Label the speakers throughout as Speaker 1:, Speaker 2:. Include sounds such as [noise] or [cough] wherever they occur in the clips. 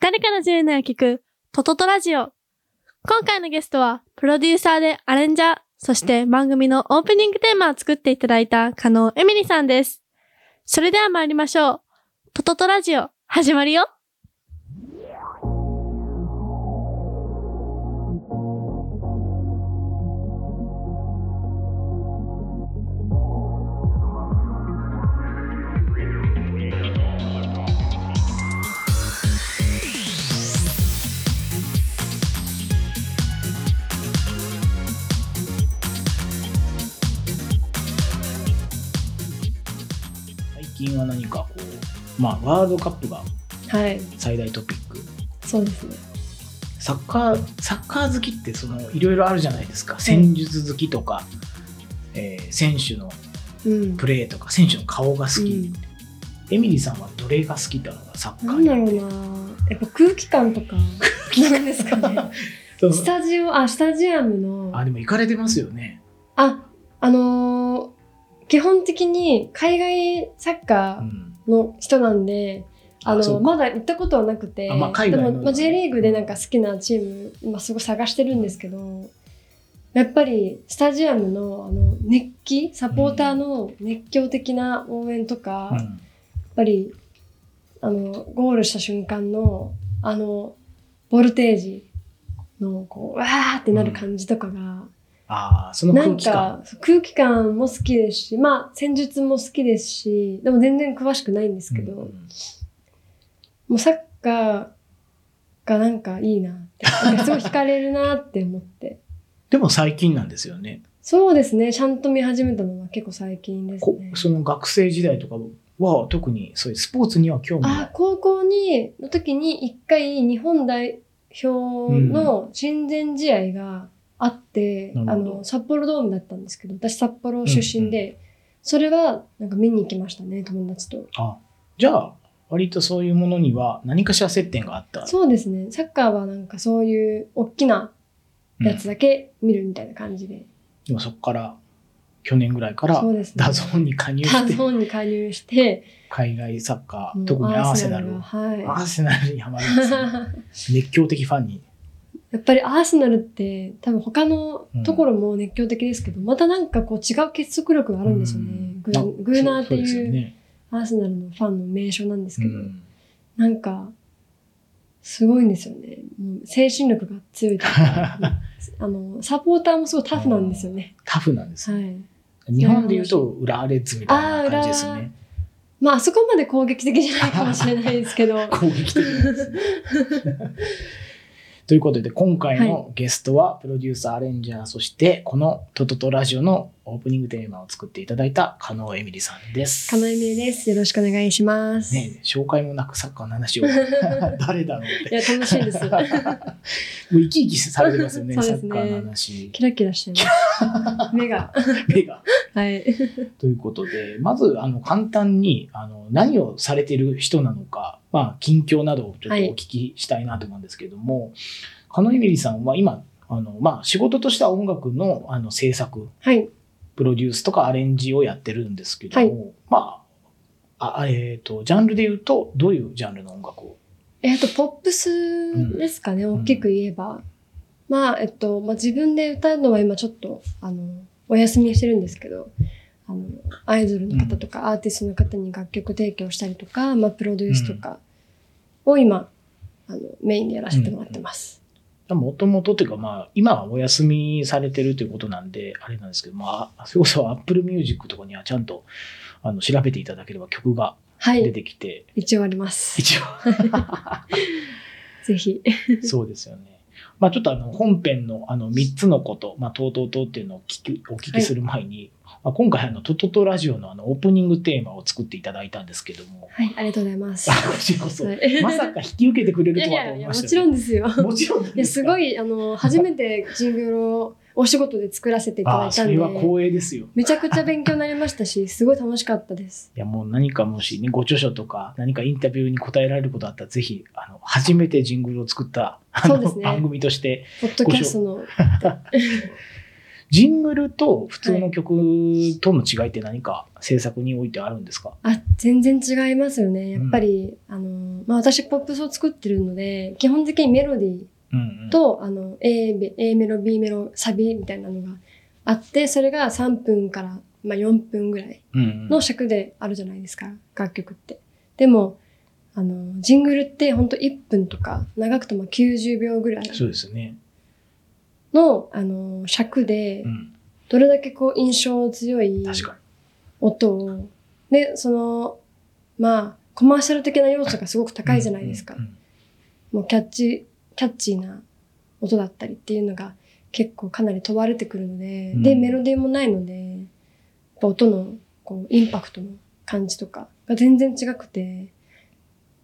Speaker 1: 誰かの自由なを聞く、トトトラジオ。今回のゲストは、プロデューサーでアレンジャー、そして番組のオープニングテーマを作っていただいた、加納エミリさんです。それでは参りましょう。トトトラジオ、始まるよ。
Speaker 2: 最近は何かこう、まあ、ワールドカップが
Speaker 3: はい、
Speaker 2: 最大トピック
Speaker 3: そうですね。
Speaker 2: サッカーサッカー好きってそのいろいろあるじゃないですか戦術好きとか、えー選手の
Speaker 3: うん。
Speaker 2: プレーとか選手の顔が好き、
Speaker 3: うん
Speaker 2: エミリーさんはどれが好きだろうなサッカー
Speaker 3: なん
Speaker 2: に
Speaker 3: だろうな。やっぱ空気感とか。なんですかね。
Speaker 2: [laughs] そう
Speaker 3: スタジオ、あ、スタジアムの
Speaker 2: あ。でも行かれてますよね
Speaker 3: あ、あのー基本的に海外サッ
Speaker 2: う
Speaker 3: カ
Speaker 2: ん
Speaker 3: ーの人なんで。あ
Speaker 2: そう
Speaker 3: の
Speaker 2: か
Speaker 3: まだ行ったことはなくて、
Speaker 2: あまあ海
Speaker 3: で
Speaker 2: 外の
Speaker 3: も、まあ、J リーグでなんか好きなチーム、今すごい探してるんですけどやっぱりスタジアムのあの熱気サポーターの熱狂的な応援とか、
Speaker 2: うん
Speaker 3: やっぱりあのゴールした瞬間のあのボルテージのこうわーってなる感じとかが、
Speaker 2: ああその
Speaker 3: な
Speaker 2: 空
Speaker 3: ん
Speaker 2: 気感
Speaker 3: かそう空気感も好きですしまあ戦術も好きですしでも全然詳しくないんですけど、
Speaker 2: うん
Speaker 3: もうサッカーがなんかいいなってなんかすごい惹かれるなって思って
Speaker 2: でも最近なんですよね
Speaker 3: そうですねちゃんと見始めたのは結構最近です
Speaker 2: こ
Speaker 3: ね。
Speaker 2: その学生時代とかは特にそういうスポーツには興味が
Speaker 3: あ高校にの時に一回日本代表の親善試合があって、
Speaker 2: うん
Speaker 3: あの札幌ドームだったんですけど私札幌出身で、それはなんか見に行きましたね友達と
Speaker 2: あじゃあ割とそういうものには何かしら接点があった
Speaker 3: そうですねサッカーはなんかそういう大きなやつだけ見るみたいな感じで、
Speaker 2: うんでもそこから去年ぐらいから
Speaker 3: そうですね
Speaker 2: ダゾーンに加入
Speaker 3: ダ
Speaker 2: して
Speaker 3: ゾーンに加入して
Speaker 2: 海外サッカ
Speaker 3: も
Speaker 2: ー
Speaker 3: う
Speaker 2: 特にアーセナ
Speaker 3: ア
Speaker 2: ル
Speaker 3: がは
Speaker 2: アーセナルにハマるんですね
Speaker 3: [laughs] い
Speaker 2: 熱狂的ファンに
Speaker 3: やっぱりアーセナルって多分他のところも熱狂的ですけど、またなんかこう違う結束力があるんですよね。グ
Speaker 2: な
Speaker 3: ーグーナーって
Speaker 2: そうです
Speaker 3: い
Speaker 2: よ
Speaker 3: う
Speaker 2: ね
Speaker 3: アーセナルのファンの名称なんです
Speaker 2: う
Speaker 3: けど、
Speaker 2: ん [laughs]
Speaker 3: なんかすごいんですよね。もう精神力が強
Speaker 2: [laughs]
Speaker 3: いというかあのサポーターもすごいタフなんですよね。
Speaker 2: タフなんです
Speaker 3: は
Speaker 2: ね
Speaker 3: い。
Speaker 2: 日本でいうと浦和レッズみたいな感じですね
Speaker 3: まああそこまで攻撃的じゃないかもしれないで
Speaker 2: [laughs]
Speaker 3: すけど。は
Speaker 2: 攻撃的なんですね [laughs] ということで今回のゲストはプロデューサーアレンジャーそしてこの「トトトラジオ」のオープニングテーマを作っていただいた加納エミリさんです。
Speaker 3: かのえみりです。よろしくお願いします。
Speaker 2: ねえ紹介もなくサッカーの
Speaker 3: [laughs]
Speaker 2: 話を誰だろうっ
Speaker 3: い
Speaker 2: て
Speaker 3: や楽し
Speaker 2: [laughs]
Speaker 3: いです。
Speaker 2: もう生き生きされてますよね
Speaker 3: そう
Speaker 2: サ
Speaker 3: です
Speaker 2: ッ
Speaker 3: ね
Speaker 2: カーの話
Speaker 3: キラキラしてます。目
Speaker 2: [laughs]
Speaker 3: が。
Speaker 2: 目が。
Speaker 3: はい。
Speaker 2: ということでまずあの簡単にあの何をされてる人なのか、まあ、近況などをちょっとお聞きしたいなと思うんですけれども、狩野エミリさんは今あの、まあ、仕事としては音楽のあの制作
Speaker 3: はい。
Speaker 2: プロデュースとかアレンジをやってるんですけども、まああえー、とジャンルで言うとどういうジャンルの音楽を
Speaker 3: えっ、と、ポップスですかね、
Speaker 2: ん
Speaker 3: 大きく言えば。まあ、えっと、まあ、自分で歌うのは今ちょっと、あの、お休みしてるんですけど、あの、アイドルの方とか、アーティストの方に楽曲提供したりとか、まあ、プロデュースとかを今、あの、メインでやらせてもらってます。
Speaker 2: もともとというか、まあ、今はお休みされてるということなんで、あれなんですけど、まあ、それこそ Apple Music とかにはちゃんとあの調べていただければ曲が
Speaker 3: は
Speaker 2: 出
Speaker 3: い。
Speaker 2: てきて、
Speaker 3: 一応あります。 [laughs]
Speaker 2: 一応、
Speaker 3: ぜひ。
Speaker 2: そうですよね。まあ、ちょっとあの本編のあの3つのこと、まあ、とうとうとうっていうのを聞きお聞きする前に、まあ、今回あの、トトトラジオのあのオープニングテーマを作っていただいたんですけど
Speaker 3: [laughs]
Speaker 2: も、
Speaker 3: はい、ありがとうございます。
Speaker 2: あこちらこそ
Speaker 3: はい
Speaker 2: まさか引き受けてくれ
Speaker 3: い
Speaker 2: る
Speaker 3: やい
Speaker 2: とはと
Speaker 3: や
Speaker 2: 思
Speaker 3: い
Speaker 2: い
Speaker 3: や、
Speaker 2: ま
Speaker 3: も
Speaker 2: し
Speaker 3: ち
Speaker 2: た
Speaker 3: ろ
Speaker 2: よ。
Speaker 3: んですよ。
Speaker 2: もちろんなん
Speaker 3: いや、
Speaker 2: ですすか
Speaker 3: ごい、あの、初めてジングルをお仕事で作らせていただ
Speaker 2: あ
Speaker 3: い
Speaker 2: あ、そ
Speaker 3: たんで。
Speaker 2: れは光栄ですよ。
Speaker 3: めちゃくちゃ勉強になりました [laughs] し、すごい楽しかったです。
Speaker 2: いやもう何かもしね、ご著書とか何かインタビューに答えられることあったら、ぜひ、あの、初めてジングルを作った、あ
Speaker 3: そうで
Speaker 2: の、
Speaker 3: すね
Speaker 2: 番組として、
Speaker 3: ポッドキャストの。
Speaker 2: ジングルと普通の曲との違いって何か制作においてあるんですか、
Speaker 3: あ、全然違いますよね。やっぱり、あの、まあ、私ポップスを作ってるので、基本的にメロディー、
Speaker 2: うんうん、
Speaker 3: と、あの A, メ A メロ B メロサビみたいなのがあってそれが3分から、まあ、4分ぐらい
Speaker 2: うんうん
Speaker 3: の尺であるじゃないですか、楽曲って。でもあのジングルってほんと1分とか長くとも90秒ぐらい
Speaker 2: そうですね。
Speaker 3: のあの尺で
Speaker 2: うん、
Speaker 3: どれだけこう印象強い
Speaker 2: 確か
Speaker 3: 音をでそのまあコマーシャル的な要素がすごく
Speaker 2: に。
Speaker 3: 高いじゃないですか
Speaker 2: うんう。ん
Speaker 3: もうキャッチ、キャッチーな音だったりっていうのが結構かなり問われてくるので、
Speaker 2: う
Speaker 3: で、
Speaker 2: ん
Speaker 3: メロディーもないので、やっぱ音のこうインパクトの感じとかが全然違くて、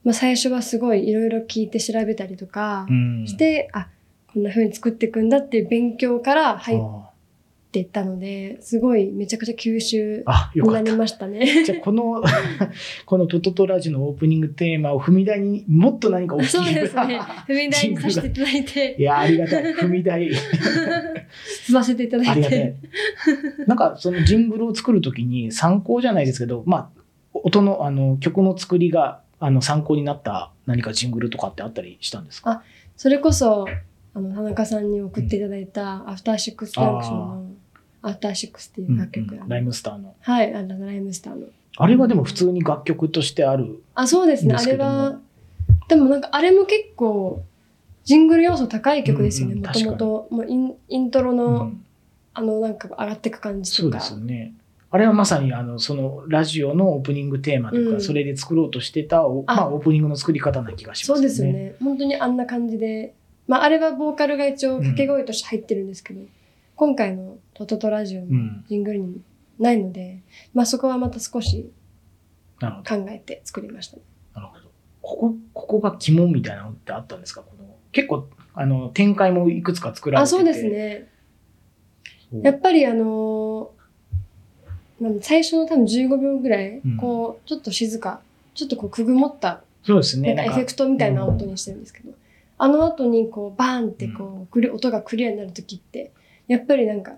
Speaker 3: まあ最初はすごいいろいろ聞いて調べたりとか
Speaker 2: うんうん
Speaker 3: して、あ、こんな風に作っていくんだっていう勉強から入っ
Speaker 2: あ
Speaker 3: ていったので、すごいめちゃくちゃ吸収
Speaker 2: ーあ、よ
Speaker 3: に
Speaker 2: か
Speaker 3: な
Speaker 2: っ
Speaker 3: り
Speaker 2: た。
Speaker 3: ましたね。
Speaker 2: じゃあこの [laughs] このトトトラジのオープニングテーマを踏み台にもっと何か大きい
Speaker 3: そうで
Speaker 2: [laughs]
Speaker 3: すね。踏み台にさせていただい
Speaker 2: い
Speaker 3: て、
Speaker 2: やーありがたい踏み
Speaker 3: [laughs]
Speaker 2: 台
Speaker 3: 進ませていただ
Speaker 2: あり
Speaker 3: い
Speaker 2: がた
Speaker 3: て。
Speaker 2: い。なんかそのジングルを作るときに参考じゃないですけど、まあ音のあの曲の作りがあの参考になった何かジングルとかってあったりしたんですか？
Speaker 3: それこそ、あの、田中さんに送っていただいた、アフターシックスジャンクションの、アフターシックスっていう楽曲、
Speaker 2: うんうんライムスターの
Speaker 3: はい、あの、ライムスターの。
Speaker 2: あれはでも普通に楽曲としてある。
Speaker 3: あ、そうですね、
Speaker 2: で
Speaker 3: あ
Speaker 2: すけ
Speaker 3: れ
Speaker 2: ども
Speaker 3: は、でもなんか、あれも結構、ジングル要素高い曲ですよね、
Speaker 2: うんうん
Speaker 3: もともと。もうイン、イントロの、
Speaker 2: うん
Speaker 3: あの、なんか、上がってく感じ
Speaker 2: そ
Speaker 3: と
Speaker 2: う
Speaker 3: か。
Speaker 2: ですよね。あれはまさにあのそのラジオのオープニングテーマというか、
Speaker 3: うん
Speaker 2: それで作ろうとしてたお
Speaker 3: あ
Speaker 2: まあ、オープニングの作り方な気がします
Speaker 3: そうですよ。ね。本当にあんな感じで。まあ、あれはボーカルが一応掛け声として入ってるんですけど、今回のトトトラジオ
Speaker 2: う
Speaker 3: の
Speaker 2: ん、
Speaker 3: ジングルにないので、まあそこはまた少し
Speaker 2: なるほど。
Speaker 3: 考えて作りましたね。
Speaker 2: なるほど。ここここが肝みたいなのってあったんですかこの結構あの展開もいくつか作られ
Speaker 3: あ
Speaker 2: てて
Speaker 3: そうです。ね。
Speaker 2: そう
Speaker 3: やっぱりあのーなんだ最初の多分15秒ぐらい、
Speaker 2: うん
Speaker 3: こう、ちょっと静か、ちょっとこう、くぐもった、
Speaker 2: そうです
Speaker 3: な
Speaker 2: ね。
Speaker 3: んか
Speaker 2: なん
Speaker 3: エ
Speaker 2: か
Speaker 3: フェクトみたいな音にしてるんですけど、あの後にこう、バーンってこう、クリ音がクリアになるときって、やっぱりなんか、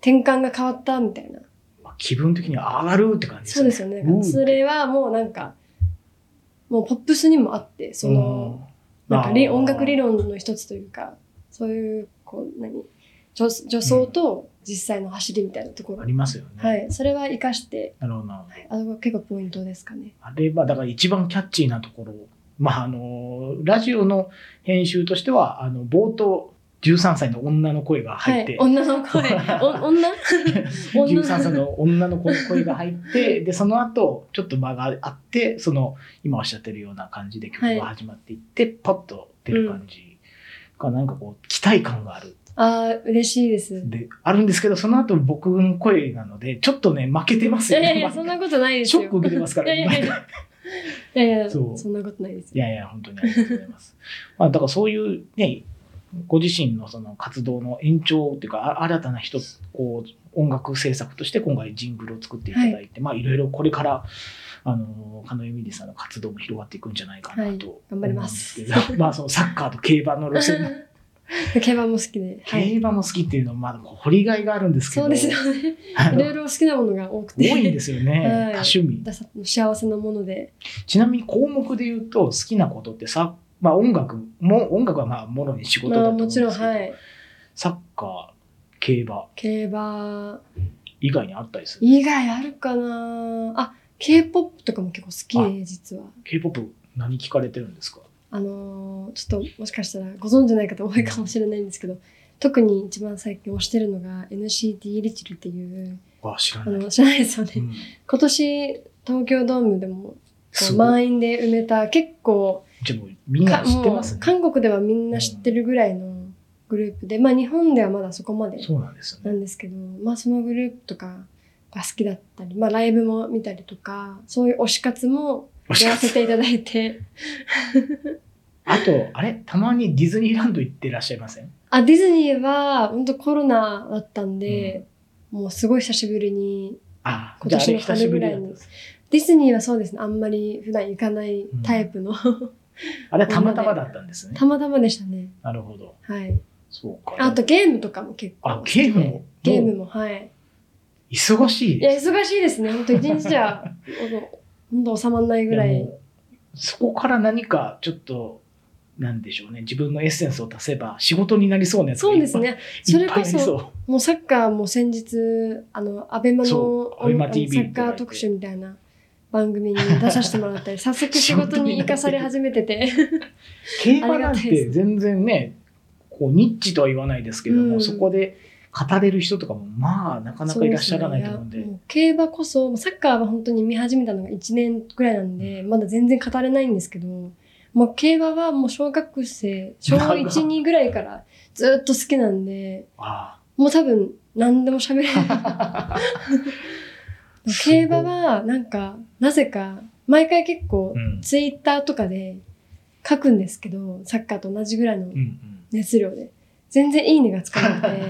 Speaker 3: 転換が変わったみたいな。
Speaker 2: まあ気分的には上がるって感じ
Speaker 3: そうですよね。なんかそれはもうなんか、もうポップスにもあって、その、なんか理音楽理
Speaker 2: 論
Speaker 3: 論の一つというか、そういう、こう、何、助助走と実際の走りみたいなところ。
Speaker 2: ありますよね。
Speaker 3: はい。それは活かして、
Speaker 2: なるほどなるほど。
Speaker 3: はい、あの結構ポイントですかね。
Speaker 2: あれはだから一番キャッチーなところをまああのラジオの編集としてはあの冒頭13歳の女の声が入って、
Speaker 3: はい。女
Speaker 2: [laughs]
Speaker 3: の声。お女女
Speaker 2: 13歳の女の子の声が入ってでその後ちょっと間があってその今おっしゃってるような感じで曲が始まっていって、パッと出る感じが、なんかこう期待感がある
Speaker 3: ああ、嬉しいです。
Speaker 2: であるんですけどその後僕の声なのでちょっとね負けてま
Speaker 3: い
Speaker 2: すよ
Speaker 3: やいや
Speaker 2: ね。
Speaker 3: いや、そんなことないで
Speaker 2: [laughs]
Speaker 3: す
Speaker 2: シ
Speaker 3: よ。
Speaker 2: ョック受けてますから
Speaker 3: いやいやいや。いやいや、
Speaker 2: そう
Speaker 3: そんなことないです
Speaker 2: い。やいや、本当にありがとうございます。まあ、だからそういうね、ご自身のその活動の延長というか、あ新たな人、こう、音楽制作として今回ジングルを作っていただいて、まあ、いろいろこれから、あの、カノエミリさんの活動も広がっていくんじゃないかなと、
Speaker 3: 頑張ります
Speaker 2: 思うんですけど。 [laughs] まあ、そのサッカーと競馬の路線、
Speaker 3: [laughs] 競馬も好きで。はい。
Speaker 2: 競馬も好きっていうのは、まあ、掘りがいがあるんですけど、
Speaker 3: そうですよね。
Speaker 2: あ
Speaker 3: い
Speaker 2: の
Speaker 3: ろいろ好きなものが多くて。
Speaker 2: 多いんですよね、
Speaker 3: はい
Speaker 2: 多趣味。
Speaker 3: [laughs] 私の幸せなもので。
Speaker 2: ちなみに項目で言うと、好きなことってさ、まあ、音楽も、音楽はまあ、もろに仕事だ
Speaker 3: ま
Speaker 2: と
Speaker 3: あ
Speaker 2: 思うん
Speaker 3: も
Speaker 2: で
Speaker 3: ち
Speaker 2: すけど、
Speaker 3: ろん、はい。
Speaker 2: サッカー、競馬
Speaker 3: 競馬
Speaker 2: 以外にあったりする。
Speaker 3: 以外あるかなあ、K-POP とかも結構好きで、実は。
Speaker 2: K-POP 何聞かれてるんですか
Speaker 3: あのーちょっともしかしたらご存知ない方多いかもしれないんですけど、特に一番最近推してるのが NCT リチルっていう、
Speaker 2: わ、知ら
Speaker 3: あ
Speaker 2: ない。
Speaker 3: の、知らないです
Speaker 2: う
Speaker 3: よね。
Speaker 2: ん
Speaker 3: 今年、東京ドームでも、こ
Speaker 2: す
Speaker 3: う
Speaker 2: ごい。
Speaker 3: 満員で埋めた、結構、
Speaker 2: じゃあもうみんな
Speaker 3: か
Speaker 2: 知って
Speaker 3: も
Speaker 2: ます
Speaker 3: う
Speaker 2: ね。
Speaker 3: 韓国ではみんな知ってるぐらいのグループで、まあ日本ではまだそこまで
Speaker 2: そうなんです
Speaker 3: な
Speaker 2: ね。
Speaker 3: んですけど、まあそのグループとかが好きだったり、まあライブも見たりとか、そういう推し活もやらせていただいて、
Speaker 2: あと、あれたまにディズニーランド行ってらっしゃいません
Speaker 3: あ、ディズニーは本当コロナだったんで、もうすごい久しぶりに、
Speaker 2: ああ、
Speaker 3: 今
Speaker 2: じゃああ
Speaker 3: 年
Speaker 2: れ
Speaker 3: の
Speaker 2: 久し
Speaker 3: 春
Speaker 2: ぶ
Speaker 3: ぐ
Speaker 2: り
Speaker 3: らい
Speaker 2: な
Speaker 3: に
Speaker 2: んです。
Speaker 3: ディズニーはそうですね、あんまり普段行かないタイプの、 [laughs]
Speaker 2: あれはたまたまだったんですね。
Speaker 3: たまたまでしたね。
Speaker 2: なるほど。
Speaker 3: はい。
Speaker 2: そうか。
Speaker 3: あとゲームとかも結構。
Speaker 2: あ、ゲームも。
Speaker 3: ゲーム
Speaker 2: も
Speaker 3: も、はい。
Speaker 2: う忙しい
Speaker 3: い
Speaker 2: で
Speaker 3: や、
Speaker 2: す。
Speaker 3: 忙しいですね。本当一日じゃ、 [laughs] ほんと収まらないぐら
Speaker 2: いや
Speaker 3: い
Speaker 2: も。うそこから何かちょっと、なんでしょうね。自分のエッセンスを出せば仕事になりそうなやつが
Speaker 3: そうです
Speaker 2: いっ
Speaker 3: ね。
Speaker 2: ぱ
Speaker 3: そ
Speaker 2: い。
Speaker 3: れこ
Speaker 2: いっぱいあり
Speaker 3: そ、
Speaker 2: う
Speaker 3: もうサッカーも先日、あの、アベマの
Speaker 2: そう
Speaker 3: あの
Speaker 2: ABEMA
Speaker 3: サ
Speaker 2: TV
Speaker 3: ッカー特集みたいな番組に出させてもらっ
Speaker 2: [laughs]
Speaker 3: たり、早速仕事に生かされ始めてて。
Speaker 2: 競馬なん
Speaker 3: ありがたいで
Speaker 2: て
Speaker 3: す
Speaker 2: 全然ね、こう、ニッチとは言わないですけども、
Speaker 3: うん
Speaker 2: そこで語れる人とかも、 [laughs] まあ、なかなかいらっしゃらないと思うんで。
Speaker 3: そすねいやもう競馬こそ、サッカーは本当に見始めたのが1年ぐらいなんで、まだ全然語れないんですけど、もう競馬はもう小学生、小
Speaker 2: 長い
Speaker 3: 1、2ぐらいからずっと好きなんで、
Speaker 2: あ
Speaker 3: もう多分何でも喋れ
Speaker 2: [laughs]
Speaker 3: る。
Speaker 2: すごい
Speaker 3: 競馬はなんか、なぜか、毎回結
Speaker 2: あ。
Speaker 3: 構
Speaker 2: う、ん。
Speaker 3: ツイッターとかで書くんですけど、サッカーと同じぐらいの
Speaker 2: うんうん。
Speaker 3: 熱量で。全然いいねがつかなくて。
Speaker 2: フ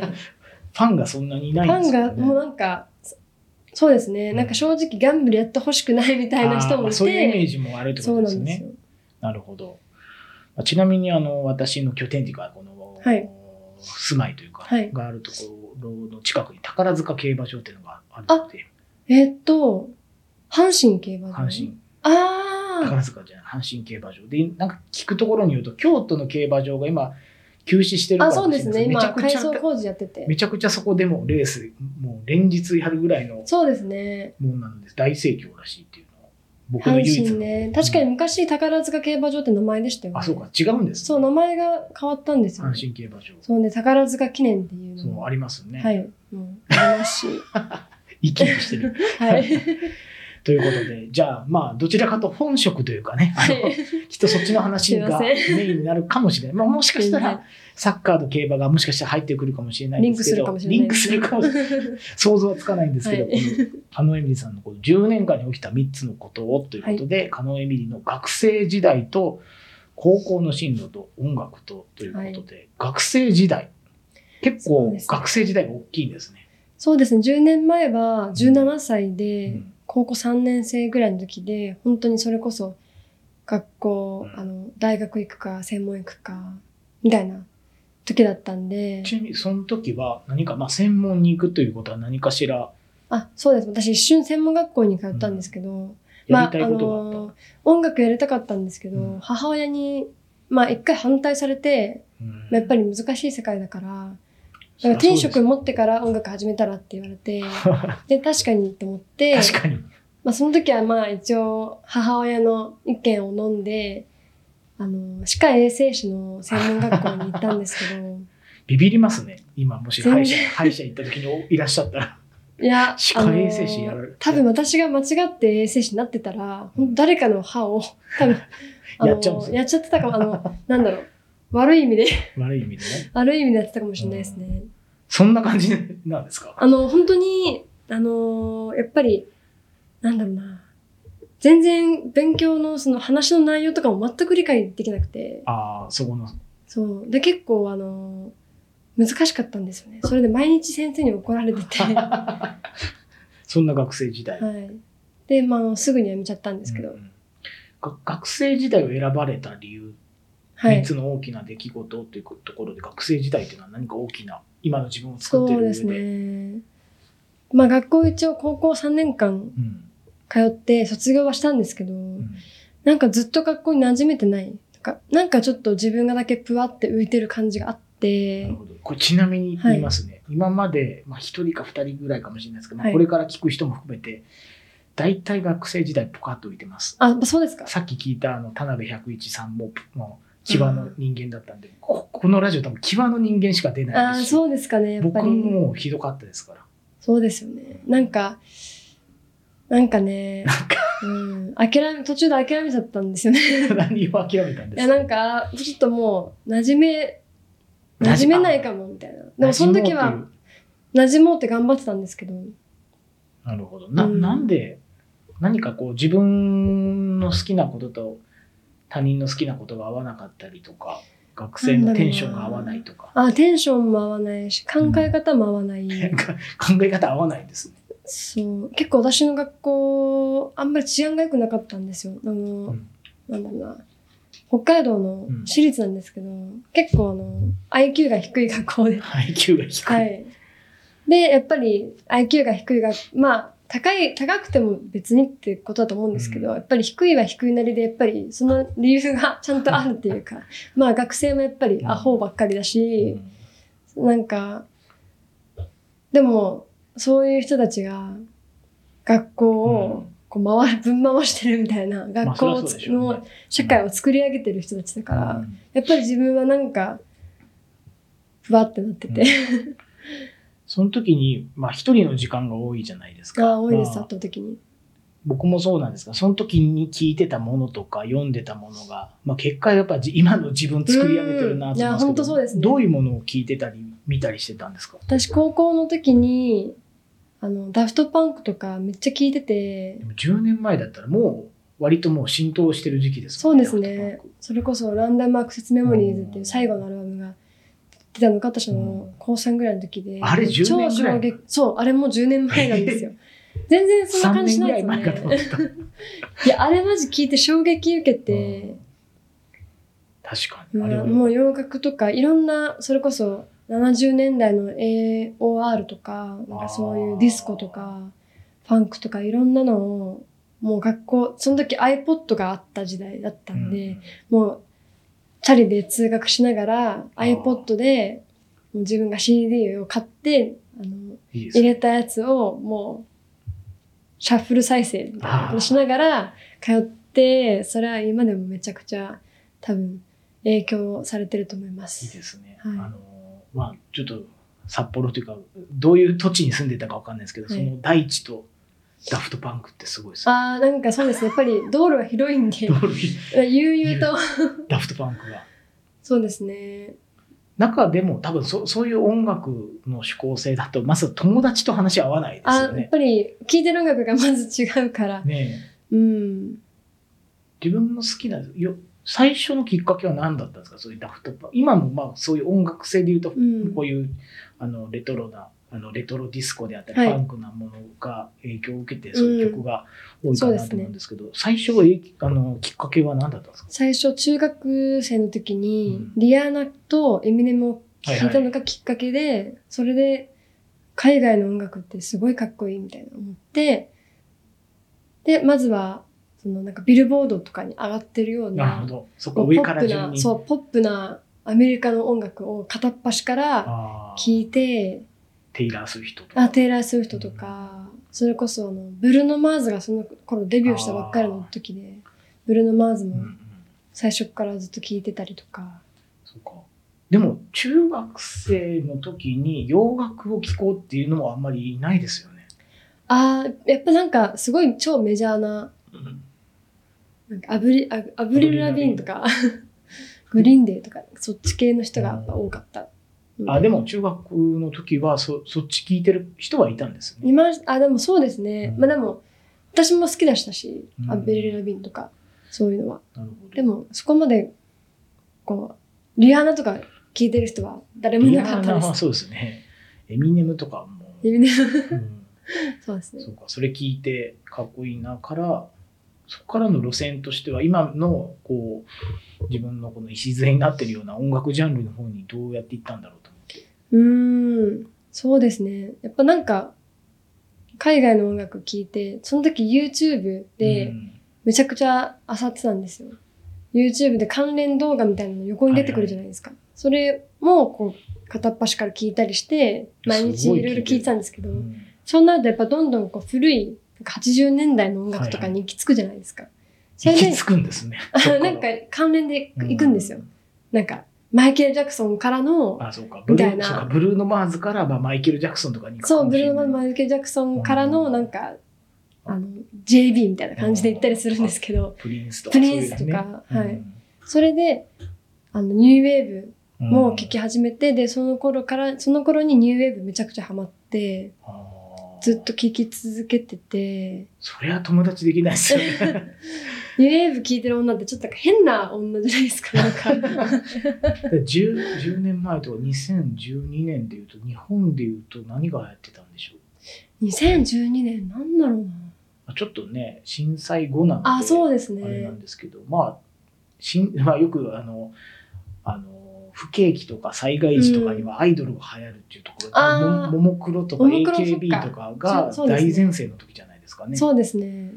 Speaker 2: ァンがそんなにいない
Speaker 3: ファ
Speaker 2: んで
Speaker 3: ン
Speaker 2: すよね
Speaker 3: がもうなんか、そそうですね、
Speaker 2: うん
Speaker 3: なんか正直ギャンブルやってほしくないみたいな人
Speaker 2: あーま
Speaker 3: もい
Speaker 2: あ
Speaker 3: て、
Speaker 2: そういうイメージもあるってこ
Speaker 3: そ
Speaker 2: と
Speaker 3: う
Speaker 2: で
Speaker 3: な
Speaker 2: す
Speaker 3: んです
Speaker 2: ね
Speaker 3: よ。。
Speaker 2: なるほど。まあちなみにあの私の拠点というかこの、
Speaker 3: はい
Speaker 2: 住まいというか、
Speaker 3: はい
Speaker 2: があるところの近くに宝塚競馬場っていうのがあるので
Speaker 3: えーっと、阪神競馬場。
Speaker 2: 阪神
Speaker 3: あ
Speaker 2: 宝塚じゃない阪神競馬場でなんか聞くところによると京都の競馬場が今休止してる
Speaker 3: あ、
Speaker 2: か
Speaker 3: あ、
Speaker 2: ら
Speaker 3: そうですね、
Speaker 2: めち
Speaker 3: 今、
Speaker 2: ゃくち
Speaker 3: 改
Speaker 2: ゃ
Speaker 3: 装工事やってて
Speaker 2: め。ちゃくちゃそこでもレースもう連日やるぐらいの
Speaker 3: そうですね、
Speaker 2: ものなんです大盛況らしいっていうのを僕の
Speaker 3: 阪
Speaker 2: 唯一の、
Speaker 3: 神ね。確かに昔、宝塚競馬場って名前でしたよね。
Speaker 2: あそうか違うんです、
Speaker 3: そう、名前が変わったんですよ、
Speaker 2: 阪
Speaker 3: ね。
Speaker 2: 神競馬場
Speaker 3: そうね、宝塚記念っていう
Speaker 2: そ
Speaker 3: の
Speaker 2: う
Speaker 3: も。
Speaker 2: ありますね、
Speaker 3: はい、もう、ありますし。
Speaker 2: 生き生きしてる
Speaker 3: [laughs] はい。
Speaker 2: ということで、じゃあ、まあ、どちらかと本職というかね、あ
Speaker 3: は
Speaker 2: の
Speaker 3: い
Speaker 2: きっとそっちの話が
Speaker 3: す
Speaker 2: メ
Speaker 3: いま
Speaker 2: インになるかもしれ [laughs] ない。まあ、もしかした
Speaker 3: はい
Speaker 2: ら、サッカーと競馬がもしかしたら入ってくるかもしれない
Speaker 3: リ
Speaker 2: で
Speaker 3: ンク
Speaker 2: すけ
Speaker 3: する
Speaker 2: ど、
Speaker 3: かもしれない。
Speaker 2: リンクするかもしれない。 [laughs] 想像はつかないんですけど、
Speaker 3: は
Speaker 2: こ
Speaker 3: い
Speaker 2: のカノエミリさんのこの10年間に起きた3つのことをということで、カノエミリの学生時代と高校の進路と音楽とということで、学生時代、結
Speaker 3: そ
Speaker 2: 構
Speaker 3: うですね
Speaker 2: 学生時代が大きいんですね。
Speaker 3: そうですね、10年前は17歳で、
Speaker 2: うん
Speaker 3: 高校3年生ぐらいの時で、本当にそれこそ学校、
Speaker 2: うん
Speaker 3: あの、大学行くか、専門行くか、みたいな時だったんで、
Speaker 2: ちなみに、その時は何か、まあ、専門に行くということは何かしら、
Speaker 3: あ、そうです。私一瞬専門学校に通ったんですけど、
Speaker 2: やりたいことがあった。
Speaker 3: の、音楽やりたかったんですけど、
Speaker 2: うん
Speaker 3: 母親に、まあ一回反対されて、まあやっぱり難しい世界だから、なんか天職
Speaker 2: も
Speaker 3: 持ってから音楽始めたらって言われて、で、確かにと思って、
Speaker 2: [laughs] 確かに。
Speaker 3: まあ、その時はまあ一応母親の意見を飲んで、あの、歯科衛生士の専門学校に行ったんです
Speaker 2: [laughs]
Speaker 3: けど、
Speaker 2: ビビりますね。今、もし歯医者
Speaker 3: 全、
Speaker 2: 歯医者行った時にいらっしゃったら。 [laughs]
Speaker 3: いや、
Speaker 2: 歯科衛生士やられ
Speaker 3: あの多分私が間違って衛生士になってたら、ほんと誰かの歯を、多分、あ
Speaker 2: [laughs]
Speaker 3: の
Speaker 2: やっちゃうんですよ
Speaker 3: やっちゃってたかも、あの、なんだろう。悪い意味で、
Speaker 2: 悪い意味でね。
Speaker 3: 悪い意味でやってたかもしれないですね。
Speaker 2: そんな感じなんですか
Speaker 3: あの、本当に、あの、やっぱり、なんだろうな。全然勉強のその話の内容とかも全く理解できなくて。
Speaker 2: ああ、そこの。
Speaker 3: そう。で、結構、あのー難しかったんですよね。それで毎日先生に怒られて
Speaker 2: [laughs]
Speaker 3: て。は
Speaker 2: そんな学生時代。
Speaker 3: い。で、まああの、すぐに辞めちゃったんですけど。
Speaker 2: うんが学生時代を選ばれた理由、
Speaker 3: は
Speaker 2: 3
Speaker 3: い。
Speaker 2: つの大きな出来事というところで、学生時代っていうのは何か大きな、今の自分を作って
Speaker 3: そ
Speaker 2: る上
Speaker 3: うで
Speaker 2: で。
Speaker 3: すね。まあ、学校一応高校3年間
Speaker 2: うん。
Speaker 3: 通って卒業はしたんですけど、
Speaker 2: うん
Speaker 3: なんかずっと学校に馴染めてない。なんか、なんかちょっと自分がだけぷわって浮いてる感じがあっ
Speaker 2: な
Speaker 3: て
Speaker 2: る、ほどこれちなみに言いますね、今まで、まあ、1人か2人ぐらいかもしれないですけど、まあ
Speaker 3: はい
Speaker 2: これから聞く人も含めて大体学生時代ポカッと浮いてます
Speaker 3: あ、そうですか。
Speaker 2: さっき聞いたあの田辺百一さんももう際の人間だったんで、ここのラジオ多分際の人間しか出ない
Speaker 3: あ
Speaker 2: ですし
Speaker 3: そうですかね、やっ
Speaker 2: 僕
Speaker 3: ぱり。
Speaker 2: もひどかったです
Speaker 3: [laughs]
Speaker 2: から
Speaker 3: そうですよね。なんか、なんかね、 [laughs] うん、諦め、途中で諦めちゃったんですよね。い
Speaker 2: 何を諦めたんで
Speaker 3: や、
Speaker 2: すか
Speaker 3: なんか、ちょっともう、馴染め、馴染めないかも、みたいな。でも、その時
Speaker 2: 馴染もう
Speaker 3: は
Speaker 2: と、
Speaker 3: 馴染もうって頑張ってたんですけど、
Speaker 2: いうなるほどな,、
Speaker 3: うん
Speaker 2: ん、なんで何かこう自分の好きなことと他人の好きなことが合わなかったりとか学生のテンションが合わないとか
Speaker 3: あ、テンションも合わないし、考え方も合わ [laughs] ない。
Speaker 2: か考え方合わないんですね。
Speaker 3: そう。結構私の学校、あんまり治安が良くなかったんですよ。あの、
Speaker 2: うん
Speaker 3: なんだろうな。北海道の私立なんですけど、結構あの、IQ が低い学校
Speaker 2: [laughs]
Speaker 3: で。
Speaker 2: 配給が低い。
Speaker 3: はい。で、やっぱり IQ が低いが、まあ、高い、高くても別にってことだと思うんですけ
Speaker 2: う
Speaker 3: ど、
Speaker 2: ん
Speaker 3: やっぱり低いは低いなりで、やっぱりその理由がちゃんとあるってい
Speaker 2: [laughs]
Speaker 3: うか、まあ学生もやっぱりアホばっかりだし、
Speaker 2: うん
Speaker 3: なんか、でも、そういう人たちが、学校
Speaker 2: う
Speaker 3: を
Speaker 2: ん
Speaker 3: こう回る、ぶん回してるみたいな、
Speaker 2: まあ
Speaker 3: 学校
Speaker 2: そりゃ
Speaker 3: を
Speaker 2: そうで
Speaker 3: つ
Speaker 2: しょうね
Speaker 3: の社会を作り上げてる人たちだから、
Speaker 2: うん
Speaker 3: やっぱり自分はなんか、ふわってなってて、
Speaker 2: その時に、まあ一人の時間が多いじゃないですか。
Speaker 3: が多いです、圧
Speaker 2: まあ
Speaker 3: 倒的に。
Speaker 2: 僕もそうなんですが、その時に聞いてたものとか読んでたものが、まあ結果やっぱじ今の自分作り上げてるなと思うんですけど、
Speaker 3: うんいや本当そうですね
Speaker 2: どういうものを聞いてたり見たりしてたんですか
Speaker 3: 私、高校の時に、あの、ダフトパンクとかめっちゃ聞いてて
Speaker 2: で、も10年前だったらもう割ともう浸透してる時期です
Speaker 3: そうです
Speaker 2: なん
Speaker 3: ね
Speaker 2: となく。
Speaker 3: それこそ、ランダムアクセスメモリーズっていう最後のアルバムが出たのが私
Speaker 2: うん
Speaker 3: の高3ぐらいの時で。
Speaker 2: あれ10年ぐらい
Speaker 3: 超衝撃。そう、あれもう10年前なんで
Speaker 2: [laughs]
Speaker 3: すよ。全然そんな
Speaker 2: 3
Speaker 3: 感じし
Speaker 2: 年ぐ
Speaker 3: ない
Speaker 2: ら
Speaker 3: で
Speaker 2: い
Speaker 3: す
Speaker 2: 前かと
Speaker 3: よ
Speaker 2: 思っ
Speaker 3: ね。
Speaker 2: た。
Speaker 3: いや、あれマジ聞いて衝撃受け
Speaker 2: う
Speaker 3: て
Speaker 2: ん、確かに。あれ
Speaker 3: まあ
Speaker 2: は
Speaker 3: もう洋楽とかいろんな、それこそ70年代の AOR とか、なんかそういうディスコとか、ファンクとかいろんなのを、もう学校、その時 iPod があった時代だったんで、もう、チャリで通学しながら、
Speaker 2: あ
Speaker 3: iPod で、もう自分が CD を買って、あの、
Speaker 2: うんいいです
Speaker 3: 入
Speaker 2: ね
Speaker 3: れたやつを、もう、シャッフル再生みたいなことをしながら、通って、それは今でもめちゃくちゃ、多分、影響されてると思いま
Speaker 2: いい
Speaker 3: す。
Speaker 2: ですね。
Speaker 3: はい
Speaker 2: あのまあちょっと札幌というかどういう土地に住んでたかわかんないですけど、
Speaker 3: はい
Speaker 2: その大地とダフトパンクってすごいですね。
Speaker 3: ああ、なんかそうですね。やっぱり道路が広い
Speaker 2: [laughs]
Speaker 3: んで
Speaker 2: ど、ういう
Speaker 3: 悠々と、
Speaker 2: ダフトパンクが。
Speaker 3: そうですね。
Speaker 2: 中でも多分そそういう音楽の指向性だとまず友達と話合わないです
Speaker 3: あ
Speaker 2: よ
Speaker 3: ーやっ
Speaker 2: ね。
Speaker 3: ぱり、聴いてる音楽がまず違うから、
Speaker 2: ねえ
Speaker 3: うん。
Speaker 2: 自分の好きなよ最初のきっかけは何だったんですかそういうダフトパン今もまあそういう音楽性でいうと
Speaker 3: うん
Speaker 2: こういうあのレトロなあのレトロディスコであったり、
Speaker 3: はい
Speaker 2: パンクなものが影響を受けてそういう曲が多いか
Speaker 3: うん
Speaker 2: なと思うんですけど、最初はえいあのきっかけは何だったんですか
Speaker 3: 最初中学生の時に、
Speaker 2: うん
Speaker 3: リアーナとエミネムを聴いたのがきっかけで、それで海外の音楽ってすごいかっこいいみたいな思ってでまずはそのなんかビルボードとかに上がってるよう
Speaker 2: なる
Speaker 3: な
Speaker 2: ほどそこ
Speaker 3: こうポ
Speaker 2: 上
Speaker 3: ッ
Speaker 2: から
Speaker 3: プ
Speaker 2: 順
Speaker 3: な
Speaker 2: に
Speaker 3: そうポップなアメリカの音楽を片っ端から
Speaker 2: あー
Speaker 3: 聴いて
Speaker 2: テイラー・スウィフトとか
Speaker 3: あテイラー・スウィフトとか、それこそあのブルーノ・マーズがその頃デビューしたばっかりの時でブルーノ・マーズ
Speaker 2: うんう
Speaker 3: も
Speaker 2: ん、
Speaker 3: 最初からずっと聴いてたりとか。
Speaker 2: そうかでも中学生の時に洋楽を聴こうっていうのもあんまりいないですよね、
Speaker 3: ああ、やっぱなんかすごい超メジャーな、なんかアブリ、アアブリル・ラビーンとか、グリーンデーとか、そっち系の人がやっぱ多かった。
Speaker 2: あでも中学の時はそそっち聴いてる人はいたんですね
Speaker 3: いましあ、でもそうですね。まあでも、私も好きでしたし、
Speaker 2: うん
Speaker 3: アブリル・ラビーンとか、そういうのは。
Speaker 2: なるほど
Speaker 3: でも、そこまで、こう、リアーナとか聞いてる人は誰もいなかった
Speaker 2: い
Speaker 3: で
Speaker 2: やー
Speaker 3: す。
Speaker 2: そうですねエミネムとかも、
Speaker 3: 指ね
Speaker 2: うん
Speaker 3: [laughs] そうですね
Speaker 2: そ。うかそれ聞いてかっこいいなからそこからの路線としては今のこう自分のこの礎になってるような音楽ジャンルの方にどうやっていったんだろうと思って
Speaker 3: うーん、そうですね。やっぱなんか、海外の音楽聴いて、その時 YouTube
Speaker 2: う
Speaker 3: で
Speaker 2: ん
Speaker 3: めちゃくちゃ漁ってたんですよ。YouTube で関連動画みたいなの横に出てくるじゃないですか。それもこう片っ端から聞いたりして、毎
Speaker 2: す
Speaker 3: 日
Speaker 2: ごい
Speaker 3: いろいろ聞いてたんですけど
Speaker 2: う、ん
Speaker 3: そうなるとやっぱどんどんこう古い、なんか80年代の音楽とかに行き着くじゃないですか。そ
Speaker 2: 行
Speaker 3: れ
Speaker 2: き
Speaker 3: で
Speaker 2: 着、くんですねそっ
Speaker 3: あ
Speaker 2: ら
Speaker 3: [laughs] なんか関連で
Speaker 2: う
Speaker 3: 行くんですよ。なんか、マイケル・ジャクソンからの、
Speaker 2: あそうかブル
Speaker 3: みたい
Speaker 2: ー
Speaker 3: な
Speaker 2: そうかブルーノ・マーズから、まあ、マイケル・ジャクソンとかに行くか
Speaker 3: そう、
Speaker 2: も
Speaker 3: ブ
Speaker 2: し
Speaker 3: ル
Speaker 2: れ
Speaker 3: ー
Speaker 2: な
Speaker 3: マ
Speaker 2: い
Speaker 3: ン・マイケル・ジャクソンから
Speaker 2: う
Speaker 3: の、
Speaker 2: ん
Speaker 3: なんか、あの、JB みたいな感じで行ったりするんですけど、
Speaker 2: プリンスとか
Speaker 3: プリンスとか
Speaker 2: そう
Speaker 3: はいそれで、あの、ニューウェーブも聴き始めて、で、その頃から、その頃にニューウェーブめちゃくちゃハマって、ずっ
Speaker 2: と
Speaker 3: と聴き続けてて、
Speaker 2: そりゃ友達できないですよね
Speaker 3: ニューウェーブ聴いてる女ってちょっとなんか変な女じゃないで
Speaker 2: [laughs]
Speaker 3: すか、なんか。
Speaker 2: 10, 10年前とか2012年でいうと日本でいうと何が流行ってたんでしょう
Speaker 3: 2012年、なんだろう
Speaker 2: ま
Speaker 3: な。
Speaker 2: あちょっとね震災後なんで
Speaker 3: あ、そうです
Speaker 2: あれな
Speaker 3: ね
Speaker 2: ん。ですけどまあしんまあ、よくあの、あの、不景気とか災害時とかにはアイドルが流行るっていうところで、
Speaker 3: あー
Speaker 2: ももクロとか
Speaker 3: ももクロそっか
Speaker 2: AKB とかが
Speaker 3: そうそうですね
Speaker 2: 大前世の時じゃないですかね。そ
Speaker 3: そうですね。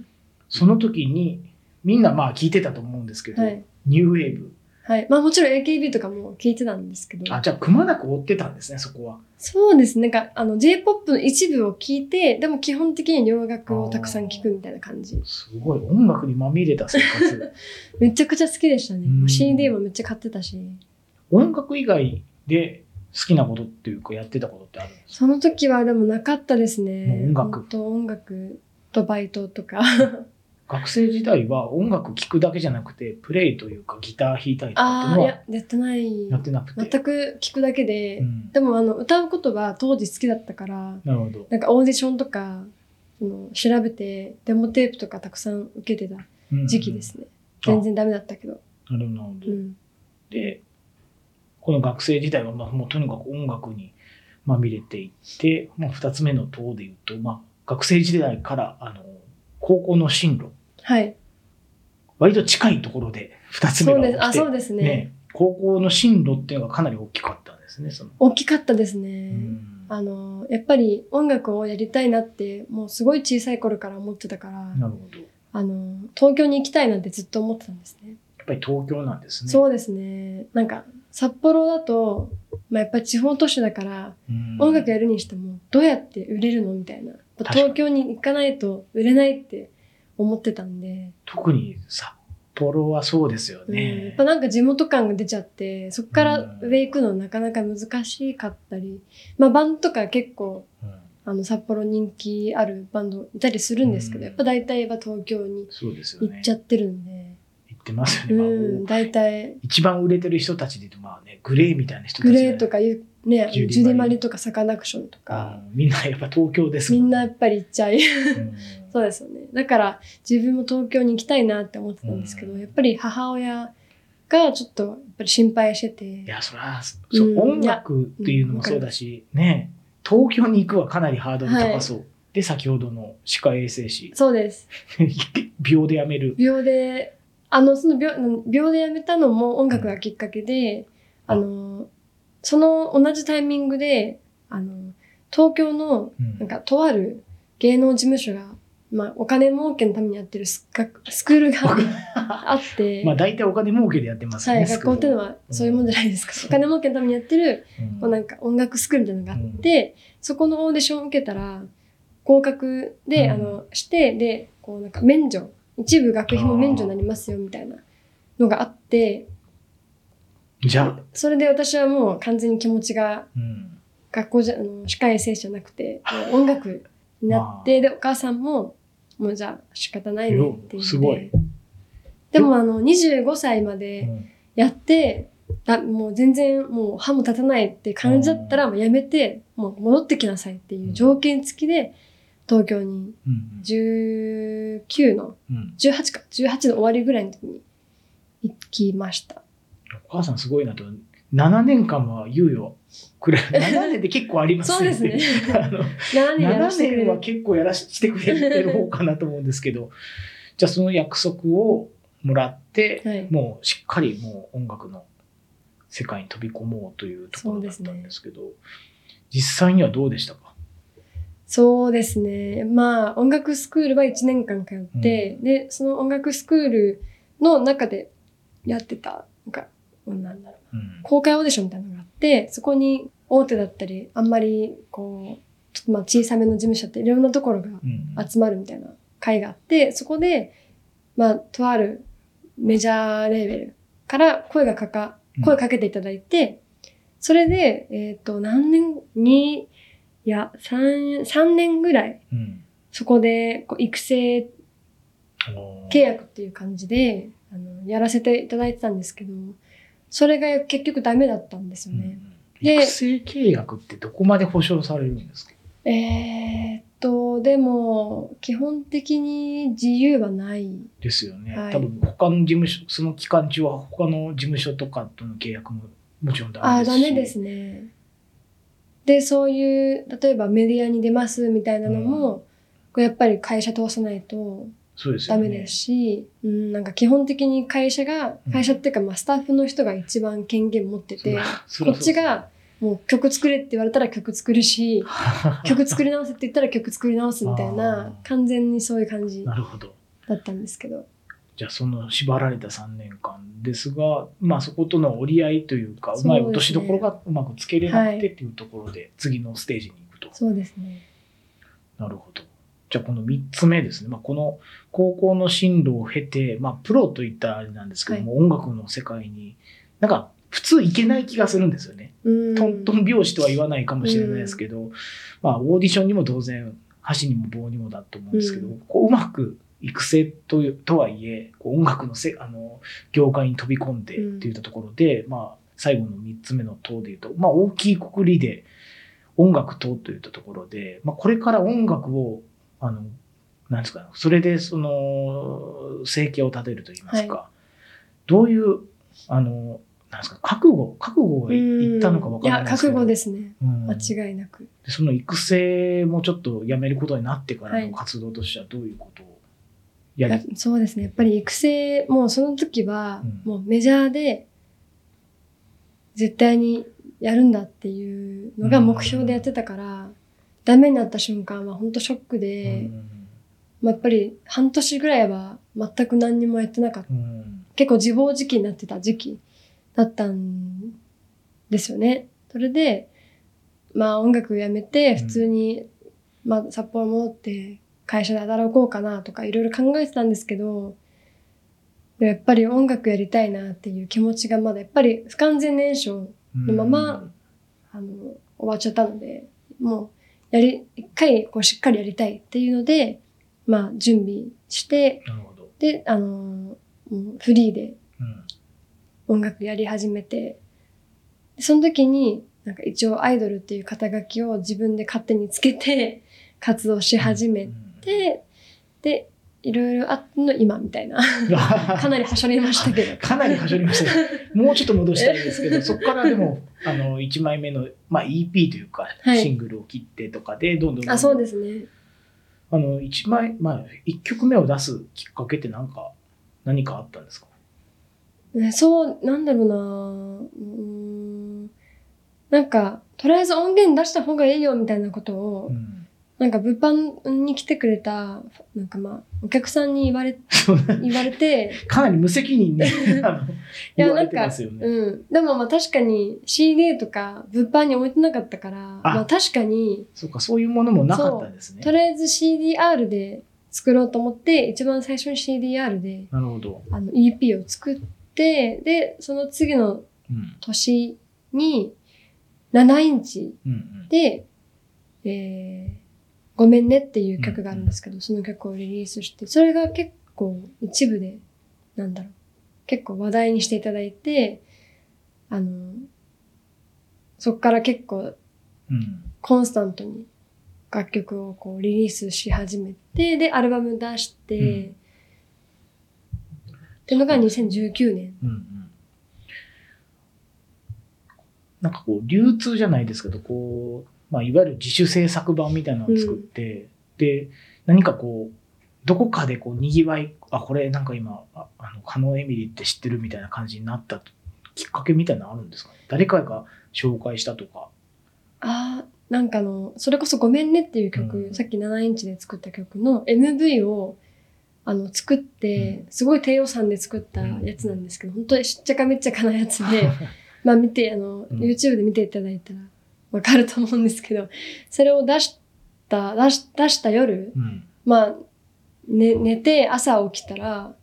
Speaker 2: の時に、みんなまあ聞いてたと思うんですけど、
Speaker 3: はい。
Speaker 2: ニューウェーブ。
Speaker 3: はい。まあもちろん AKB とかも聞いてたんですけど。
Speaker 2: あ、じゃあくまなく追ってたんですね、そこは。
Speaker 3: そうですね。なんか、あの、J-POP の一部を聞いて、でも基本的に洋楽をたくさん聞くみたいな感じ。
Speaker 2: すごい、音楽にまみれた生
Speaker 3: [laughs]
Speaker 2: 活。
Speaker 3: めちゃくちゃ好きでしたね。
Speaker 2: うん
Speaker 3: CD もめっちゃ買ってたし。
Speaker 2: 音楽以外で好きなことっていうか、やってたことってあるんですか
Speaker 3: その時はでもなかったですね。
Speaker 2: もう音楽
Speaker 3: ほんと音楽とバイト
Speaker 2: [laughs]
Speaker 3: とか。
Speaker 2: 学生時代は音楽聴くだけじゃなくて、プレイというかギター弾いたりとかっていうの
Speaker 3: ああ、い
Speaker 2: は
Speaker 3: や、やってない。
Speaker 2: やってなくて。
Speaker 3: 全く聞くだけで。
Speaker 2: うん
Speaker 3: でも、あの、歌うことは当時好きだったから、
Speaker 2: なるほど。
Speaker 3: なんかオーディションとか、その調べて、デモテープとかたくさん受けてた時期です
Speaker 2: う
Speaker 3: ね。
Speaker 2: んうん
Speaker 3: 全然ダメだったけど。
Speaker 2: なるほどなるほ
Speaker 3: う
Speaker 2: ど。
Speaker 3: ん。
Speaker 2: で、この学生時代は、まあ、もうとにかく音楽にまみれていって、まあ、2つ目の党でいうと、まあ、学生時代からあの高校の進路、
Speaker 3: はい。
Speaker 2: 割と近いところで2つ目
Speaker 3: そう
Speaker 2: が起
Speaker 3: です。
Speaker 2: き
Speaker 3: あ、
Speaker 2: て
Speaker 3: そうですね。
Speaker 2: ね高校の進路っていうのがかなり大きかったんですね。その
Speaker 3: 大きかったです
Speaker 2: う
Speaker 3: ね。
Speaker 2: んな
Speaker 3: あの、やっぱり音楽をやりたいなって、もうすごい小さい頃から思ってたから、
Speaker 2: るほど。や
Speaker 3: あの、東京に行きたいなんてずっと思ってたんですね。
Speaker 2: っぱり東京なんですね。
Speaker 3: そうですね。なんか、札幌だと、まあ、やっぱり地方都市だから、
Speaker 2: うん
Speaker 3: 音楽やるにしても、どうやって売れるのみたいな。
Speaker 2: かに
Speaker 3: 東京に行かないと売れないって思ってたんで、
Speaker 2: 特に札幌はそうですよ
Speaker 3: うん、や
Speaker 2: ね
Speaker 3: っぱ。なんか地元感が出ちゃって、そこから
Speaker 2: うん
Speaker 3: 上行くのなかなか難しかったり、まあバンドとか結構
Speaker 2: うん
Speaker 3: あの札幌人気あるバンドいたりするんですけど、
Speaker 2: うん
Speaker 3: やっぱ大体は東京に
Speaker 2: そうですよ
Speaker 3: 行っ
Speaker 2: ね。
Speaker 3: ちゃってるんで、
Speaker 2: 行ってます
Speaker 3: う
Speaker 2: よね。まあ
Speaker 3: ん、大体
Speaker 2: 一番売れてる人たちで言うと、まあね、グレーみたいな人たち
Speaker 3: グ
Speaker 2: が
Speaker 3: レーとかいうね、
Speaker 2: ジュディマリ
Speaker 3: ジュディマリとかサカナクションとか、
Speaker 2: うんみんなやっぱ東京です
Speaker 3: み
Speaker 2: も
Speaker 3: ん
Speaker 2: ん
Speaker 3: なや
Speaker 2: ね。
Speaker 3: っぱり行っちゃい、
Speaker 2: うん
Speaker 3: そうですよね。だから自分も東京に行きたいなって思ってたんですけど、
Speaker 2: うん
Speaker 3: やっぱり母親がちょっとやっぱり心配して
Speaker 2: い
Speaker 3: て、
Speaker 2: や、そら、そう
Speaker 3: うん
Speaker 2: 音楽っていうのもそうだし、ね、東京に行くはかなりハードル高そう。で、先ほどの歯科衛生士、 [laughs]
Speaker 3: そうです。
Speaker 2: 秒でやめる。
Speaker 3: 秒で、あの、その秒秒でやめたのも音楽がきっかけで、あの、その同じタイミングで、あの、東京の、
Speaker 2: うん
Speaker 3: なんか、とある芸能事務所が、まあ、お金儲けのためにやってるスカスクールがあ [laughs] って、
Speaker 2: まあ、大体お金儲けでやってますよ
Speaker 3: は
Speaker 2: ね。
Speaker 3: い、学校っていうのはそういうもんじゃないですか。お金儲けのためにやってる、
Speaker 2: うん
Speaker 3: こうなんか音楽スクールみたいなのがあって、そこのオーディションを受けたら、合格で、
Speaker 2: うん
Speaker 3: あの、して、で、こうなんか免除、一部学費も免除になりますよみたいなのがあって、
Speaker 2: じゃあ、
Speaker 3: それで私はもう完全に気持ちが
Speaker 2: うん
Speaker 3: 学校じゃ、あの、歯科衛生士じゃなくて、もう音楽になって、で、お母さんも、もうじゃあ仕方ないねって言
Speaker 2: よ
Speaker 3: っ
Speaker 2: すご
Speaker 3: て
Speaker 2: い。
Speaker 3: でもあの、25歳まで、
Speaker 2: うん
Speaker 3: やって、だもう全然もう歯も立たないって感じだったらもうやめて、もう戻ってきなさいっていう条件付きで、東京に
Speaker 2: うん
Speaker 3: 19の、
Speaker 2: うんうん
Speaker 3: 18か、18の終わりぐらいの時に行きま
Speaker 2: [laughs]
Speaker 3: した。
Speaker 2: お母さんすごいなと。7年間は猶予くれ。7年で
Speaker 3: [laughs]
Speaker 2: 結構ありますよ
Speaker 3: そうですね
Speaker 2: [laughs] あの
Speaker 3: 7年やら
Speaker 2: 7
Speaker 3: せてくれ
Speaker 2: 年は
Speaker 3: る。
Speaker 2: 結構やらせてくれてる方かなと思うんですけどじゃあその約束をもらって、
Speaker 3: はい
Speaker 2: もうしっかりもう音楽の世界に飛び込もうというところだったんですけど実際にはどうでしたか
Speaker 3: そうですね。まあ、音楽スクールは1年間通って、
Speaker 2: うん
Speaker 3: で、その音楽スクールの中でやってた、なんか、なんだろうな。
Speaker 2: うん
Speaker 3: 公開オーディションみたいなのがあって、そこに大手だったり、あんまりこう、ちょっとまあ小さめの事務所っていろんなところが
Speaker 2: うん
Speaker 3: 集まるみたいな会があって、そこで、まあ、とあるメジャーレーベルから声がかか
Speaker 2: うん、
Speaker 3: 声かけていただいて、それで、えっ、と、何年に、いや、3、三年ぐらい、
Speaker 2: うん
Speaker 3: そこでこう育成
Speaker 2: おー
Speaker 3: 契約っていう感じで、あの、やらせていただいてたんですけど、それが結局ダメだったんです
Speaker 2: う
Speaker 3: よ
Speaker 2: んう
Speaker 3: ね。
Speaker 2: ん
Speaker 3: で
Speaker 2: 育成契約ってどこまで保証されるんですか
Speaker 3: えーっと、でも、基本的に自由はない。
Speaker 2: ですよね、
Speaker 3: はい
Speaker 2: 多分他の事務所その期間中は他の事務所とかとの契約ももちろんダメ
Speaker 3: ああ、
Speaker 2: です
Speaker 3: ダ
Speaker 2: し
Speaker 3: メですね。で、そういう、例えばメディアに出ますみたいなのも、こうやっぱり会社通さないと
Speaker 2: そうですよ
Speaker 3: ダ
Speaker 2: ね。
Speaker 3: メですし、うん、なんか基本的に会社が
Speaker 2: うん、
Speaker 3: 会社っていうか、まあスタッフの人が一番権限持ってて、
Speaker 2: そ
Speaker 3: こ
Speaker 2: ら
Speaker 3: っち、がもう曲作れって言われたら曲作
Speaker 2: [laughs]
Speaker 3: るし、
Speaker 2: そら
Speaker 3: 曲作り直せって言ったら曲作り直すみたい
Speaker 2: あ
Speaker 3: な、
Speaker 2: ー
Speaker 3: 完全にそういう感じ
Speaker 2: なるほど。
Speaker 3: だったんですけど。
Speaker 2: じゃあその縛られた3年間ですが、まあ、そことの折り合いというか
Speaker 3: そううですね
Speaker 2: まい落としどころがうまくつけれなくてっていうところで次のステージに行くと。
Speaker 3: そうですね。
Speaker 2: なるほど。じゃあこの3つ目ですね、まあ、この高校の進路を経て、まあ、プロといったらあれなんですけども、音楽の世界になんか普通行けない気がするんですよね。
Speaker 3: うん
Speaker 2: トントン拍子とは言わないかもしれないですけど、まあ、オーディションにも当然箸にも棒にもだと思うんですけど、
Speaker 3: う
Speaker 2: うんこううまく育成というとはいえこう音楽のせあの業界に飛び込んで
Speaker 3: うん
Speaker 2: っていったところで、まあ、最後の3つ目の塔でいうと、まあ、大きいくくりで音楽塔といったところで、まあ、これから音楽をあのなんですかねそれでその生計を立てるといいますか、どういうあのなんですか覚悟覚悟がいいったのか分からない
Speaker 3: いや、
Speaker 2: ですけ
Speaker 3: 覚
Speaker 2: ど
Speaker 3: 悟ですね。
Speaker 2: うん
Speaker 3: 間違いなく。
Speaker 2: でその育成もちょっとやめることになってから
Speaker 3: は
Speaker 2: の
Speaker 3: い
Speaker 2: 活動としてはどういうことをやり、
Speaker 3: やそうですね。やっぱり育成、もうその時は、
Speaker 2: うん
Speaker 3: もうメジャーで、絶対にやるんだっていうのが目標でやってたから、ダメになった瞬間は本当ショックで、まあ、やっぱり半年ぐらいは全く何にもやってなかった。
Speaker 2: うんうん
Speaker 3: 結構自暴自棄になってた時期だったんですよね。それで、まあ音楽やめて、普通に、まあ札幌戻って会社で働こうかなとかいろいろ考えてたんですけど、でもやっぱり音楽やりたいなっていう気持ちがまだやっぱり不完全燃焼
Speaker 2: うん
Speaker 3: のままあの、終わっちゃったので、もう、やり、一回、こう、しっかりやりたいっていうので、まあ、準備して、
Speaker 2: なるほど、
Speaker 3: で、あのー、もうフリーで
Speaker 2: うん
Speaker 3: 音楽やり始めて、その時に、なんか一応アイドルっていう肩書きを自分で勝手につけて、活動し始めて、で、いろいろあっての今みたい
Speaker 2: [laughs]
Speaker 3: な。
Speaker 2: うん
Speaker 3: かなりはしょりましたけど。
Speaker 2: かなりはしょりましたねもうちょっと戻したいです
Speaker 3: [laughs]
Speaker 2: けどそこからでもあの1枚目の、まあ、EP というか、
Speaker 3: はい
Speaker 2: シングルを切ってとかでどんどんどんどん
Speaker 3: あ、そうですね。
Speaker 2: あの一枚、まあ、1曲目を出すきっかけって何か何かあったんですか
Speaker 3: ね、そう、なんだろうなうーん。なんか、とりあえず音源出した方がいいよみたいなことを
Speaker 2: う、ん
Speaker 3: なんか物販に来てくれた、なんかまあ、お客さんに言われ、言われて、
Speaker 2: かなり無責任にあの言われてますよね。
Speaker 3: うん。でもまあ確かに CD とか物販に置いてなかったから、まあ確かに、
Speaker 2: そうか、そういうものもなかったんですね
Speaker 3: と。りあえず CDR で作ろうと思って、一番最初に CDR で、
Speaker 2: なるほど。
Speaker 3: あの EP を作って、で、その次の
Speaker 2: うん。
Speaker 3: 年に7インチ
Speaker 2: うんうん。
Speaker 3: で、えーごめんねっていう曲があるんですけど、その曲をリリースして、それが結構一部で、なんだろう、結構話題にしていただいて、あの、そっから結構
Speaker 2: うん。
Speaker 3: コンスタントに楽曲をこうリリースし始めて、で、アルバム出して、
Speaker 2: うん
Speaker 3: っていうのが2019年。
Speaker 2: うんうん。なんかこう、流通じゃないですけど、こう、まあ、いわゆる自主制作版みたいなのを作って、で、何かこう、どこかでこう、にぎわい、あ、これなんか今、ああの、カノエミリって知ってるみたいな感じになったきっかけみたいなのあるんですかね誰かが紹介したとか。
Speaker 3: ああ、なんかあの、それこそごめんねっていう曲、
Speaker 2: うん
Speaker 3: さっき7インチで作った曲の MV を、あの、作って、すごい低予算で作ったやつなんですけど、本当にしっちゃかめっちゃかなやつで、 [laughs] まあ見て、あの、
Speaker 2: うん
Speaker 3: YouTube で見ていただいたらわかると思うんですけど、それを出した、出し出した夜、
Speaker 2: うん。
Speaker 3: まあ、ね、寝て朝起きたら、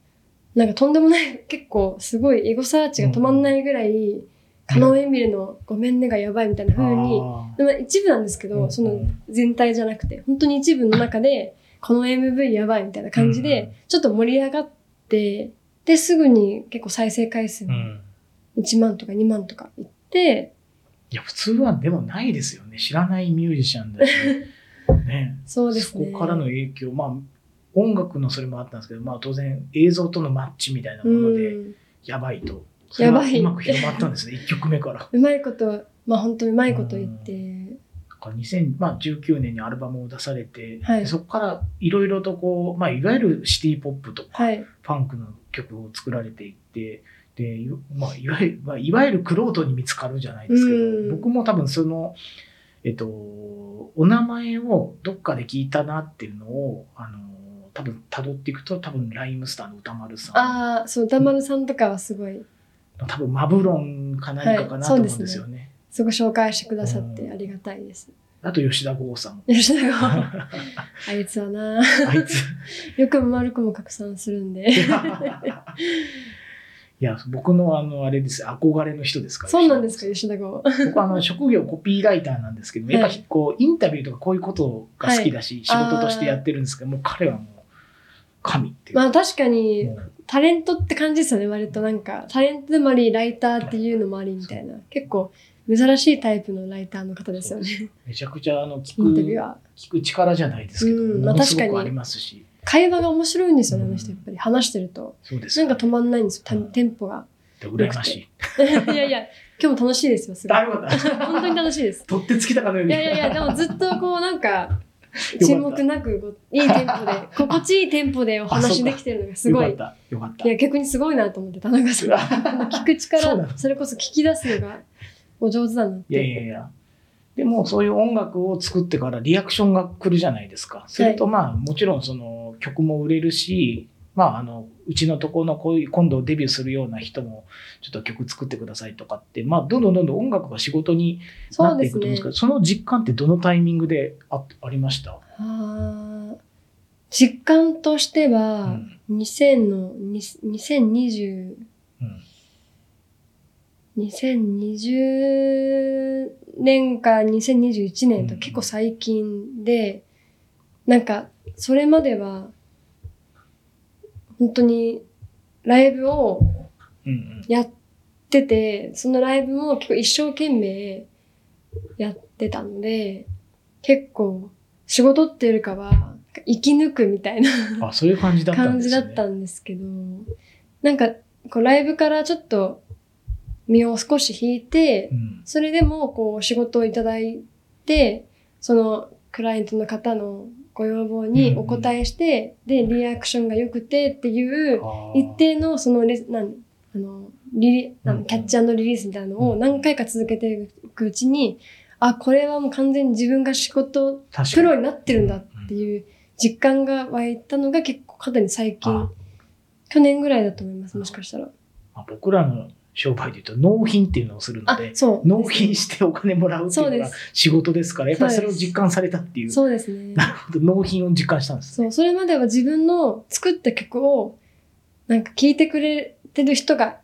Speaker 3: なんかとんでもない、結構すごいエゴサーチが止まんないぐらい、カノンエンビルのごめんねがやばいみたいな風に、
Speaker 2: あー
Speaker 3: でも一部なんですけど、
Speaker 2: うん
Speaker 3: その全体じゃなくて、本当に一部の中で、この MV やばいみたいな感じ
Speaker 2: うんうん
Speaker 3: で、ちょっと盛り上がって、で、すぐに結構再生回数
Speaker 2: う
Speaker 3: も
Speaker 2: ん。
Speaker 3: 1万とか2万とかいって、
Speaker 2: いや、普通はでもないですよね。知らないミュージシャンだ
Speaker 3: [laughs]
Speaker 2: し。ね。
Speaker 3: そうですね。
Speaker 2: こからの影響、まあ、音楽のそれもあったんですけど、まあ当然映像とのマッチみたいな
Speaker 3: う
Speaker 2: もので、
Speaker 3: ん、
Speaker 2: やばいと。それが
Speaker 3: やばいう
Speaker 2: [laughs] まく広まったんですね、1曲目から。
Speaker 3: うまいこと、まあ本当にうまいこと言って、
Speaker 2: か2019年にアルバムを出されて、
Speaker 3: はい
Speaker 2: でそこからいろいろとこう、まあ、いわゆるシティ・ポップとか、
Speaker 3: はい。
Speaker 2: ファンクの曲を作られていって、で、いまあ、いわゆる、まあ、いわゆるクロートに見つかるじゃないです
Speaker 3: うん
Speaker 2: けど、僕も多分その、えっと、お名前をどっかで聞いたなっていうのを、あの、多分辿っていくと、多分ライムスターの歌丸さん、
Speaker 3: ああ、そう、歌丸さんとかはすごい、
Speaker 2: 多分マブロンか何かかなと思う
Speaker 3: はいそうんで
Speaker 2: です
Speaker 3: ね
Speaker 2: すよね。
Speaker 3: すごい紹介してくださっ
Speaker 2: う
Speaker 3: て
Speaker 2: ん
Speaker 3: ありがたいです。
Speaker 2: あと吉田剛
Speaker 3: [laughs]
Speaker 2: さんも。
Speaker 3: 吉
Speaker 2: [laughs]
Speaker 3: 田が、
Speaker 2: あ
Speaker 3: あいつはな、
Speaker 2: いつ。
Speaker 3: よくも悪くも拡散するんで。
Speaker 2: いや、僕のあの、あれです、憧れの人ですから。
Speaker 3: [laughs] そうなんですか、吉田剛。
Speaker 2: 僕あの職業コピーライターなんですけど、やっぱりこうインタビューとかこういうことが好きだし、
Speaker 3: はい
Speaker 2: 仕事としてやってるんですけど、もう彼はもう神っていう。
Speaker 3: まあ確かに、
Speaker 2: もう
Speaker 3: タレントって感じですよね、割となんか。タレントでもあり、ライターっていうのもありみたいな。結構、珍しいタイプのライターの方ですよね、
Speaker 2: めちゃくちゃあの聞
Speaker 3: インタビュ
Speaker 2: く
Speaker 3: アー。
Speaker 2: 聞く力じゃないですけど、
Speaker 3: うんまあ
Speaker 2: ものすご
Speaker 3: 確か
Speaker 2: く
Speaker 3: に
Speaker 2: ありますし、
Speaker 3: 会話が面白いんですよね、
Speaker 2: う
Speaker 3: あ
Speaker 2: ん
Speaker 3: の人、やっぱり。話してると。
Speaker 2: そうです
Speaker 3: な
Speaker 2: よ
Speaker 3: ん
Speaker 2: ね。
Speaker 3: か止まんないんですよ、た
Speaker 2: うん
Speaker 3: テンポが。 [laughs]
Speaker 2: 羨ましい。
Speaker 3: いやいや、今日も楽しいですよ、すごい
Speaker 2: な。るほど。
Speaker 3: 本当に楽しいです。
Speaker 2: 取ってつきたかのよう
Speaker 3: い
Speaker 2: に。
Speaker 3: やいやいや、でもずっとこうなんか、沈黙なくこう、いいテンポ
Speaker 2: [laughs]
Speaker 3: で、心地いいテンポでお話できてるのがすご
Speaker 2: よ
Speaker 3: い。
Speaker 2: かった。よかった
Speaker 3: い。や、逆にすごいなと思って、田中さん。
Speaker 2: [laughs]
Speaker 3: 聞く
Speaker 2: そうな
Speaker 3: 力、
Speaker 2: の
Speaker 3: それこそ聞き出すのがお上手だなって。
Speaker 2: いやいやいや。でもそういう音楽を作ってからリアクションが来るじゃないですか。するとまあもちろんその曲も売れるし、まああの、うちのとこのこういう今度デビューするような人もちょっと曲作ってくださいとかって、まあどんどんどんどん音楽が仕事にな
Speaker 3: そう
Speaker 2: って
Speaker 3: で
Speaker 2: い
Speaker 3: す
Speaker 2: くと思うんで
Speaker 3: ね
Speaker 2: すけど、。その実感ってどのタイミングであありました、
Speaker 3: あー実感として
Speaker 2: う
Speaker 3: は、
Speaker 2: ん
Speaker 3: 2000の、2020、
Speaker 2: うん
Speaker 3: 2020年か2021年と結構最近で、なんかそれまでは本当にライブを
Speaker 2: うんうん
Speaker 3: やっててそのライブも結構一生懸命やってたので結構仕事っていうよりかは生き抜くみたいな
Speaker 2: あ、そういう感じだったん
Speaker 3: 感
Speaker 2: で
Speaker 3: じ
Speaker 2: す
Speaker 3: だ
Speaker 2: ね。
Speaker 3: ったんですけど、なんかこうライブからちょっと身を少し引いて、
Speaker 2: うん
Speaker 3: それでもこうお仕事をいただいて、そのクライアントの方のご要望にお応えして、で、リアクションが良くてっていう、
Speaker 2: あー
Speaker 3: 一定のそのレなんあのリリあ
Speaker 2: うんう
Speaker 3: の
Speaker 2: ん
Speaker 3: キャッチャーのリリースみたいなのを
Speaker 2: うん
Speaker 3: 何回か続けていくうちに、あ、これはもう完全に自分が仕事
Speaker 2: 確か
Speaker 3: プ
Speaker 2: に
Speaker 3: ロになってるんだっていう実感が湧いたのが結構かなり最近
Speaker 2: あ
Speaker 3: 去年ぐらいだと思いますもしかしたら
Speaker 2: まあ僕らの商売で言うと納品っていうのをするの
Speaker 3: あ
Speaker 2: で、
Speaker 3: そう
Speaker 2: 納品してお金もらうっていうのが仕事ですから、やっぱりそれを実感されたっていう、
Speaker 3: そうですね
Speaker 2: [laughs] 納品を実感したんです
Speaker 3: そ
Speaker 2: ね。
Speaker 3: うそれまでは自分の作った曲をなんか聴いてくれてる人が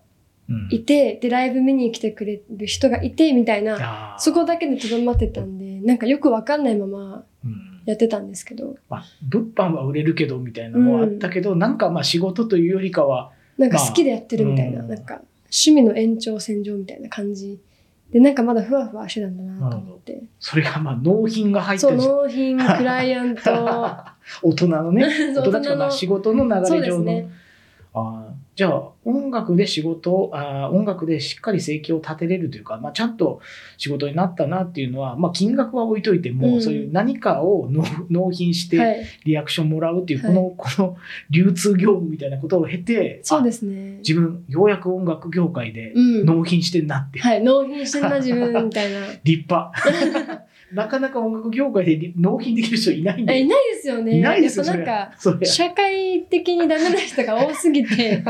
Speaker 2: うん
Speaker 3: いてでライブ見に来てくれる人がいてみたいな
Speaker 2: あー
Speaker 3: そこだけでとどまってたんでなんかよくわかんないまま
Speaker 2: うん
Speaker 3: やってたんですけど
Speaker 2: まあ、物販は売れるけどみたいなのはあったけど、なんかまあ仕事というよりかは、
Speaker 3: なんか好きでやってるみたい
Speaker 2: ま
Speaker 3: な、
Speaker 2: あうん
Speaker 3: なんか趣味の延長線上みたいな感じでなんかまだふわふわしてたんだなと思って。
Speaker 2: それがまあ納品が入って
Speaker 3: そう、
Speaker 2: る
Speaker 3: 納品、クライアント、
Speaker 2: [laughs] 大人のね、
Speaker 3: そう
Speaker 2: 大人と
Speaker 3: 大人
Speaker 2: かま
Speaker 3: の
Speaker 2: あ仕事の流れ
Speaker 3: そ
Speaker 2: 上の。
Speaker 3: うですね
Speaker 2: あーじゃあ音楽で仕事をあー音楽でしっかり生計を立てれるというか、まあ、ちゃんと仕事になったなっていうのは、まあ、金額は置いといても、
Speaker 3: うん
Speaker 2: そういう何かを納納品して、
Speaker 3: はい、
Speaker 2: リアクションもらうっていう、
Speaker 3: はい
Speaker 2: この、 [laughs] この流通業務みたいなことを経て、。
Speaker 3: そうですすね。
Speaker 2: 自分、ようやく音楽業界で
Speaker 3: うん
Speaker 2: 納品してんなって、
Speaker 3: はい、納品してんな、自分、み
Speaker 2: [laughs]
Speaker 3: たいな。
Speaker 2: 立派。なかなか音楽業界でり納品できる人いないん
Speaker 3: え
Speaker 2: で。
Speaker 3: いないですよね。
Speaker 2: いないですよ、そ
Speaker 3: やっぱ
Speaker 2: れ
Speaker 3: なんか、。
Speaker 2: それ。
Speaker 3: 社会的にダメな人が多す
Speaker 2: [laughs]
Speaker 3: ぎて。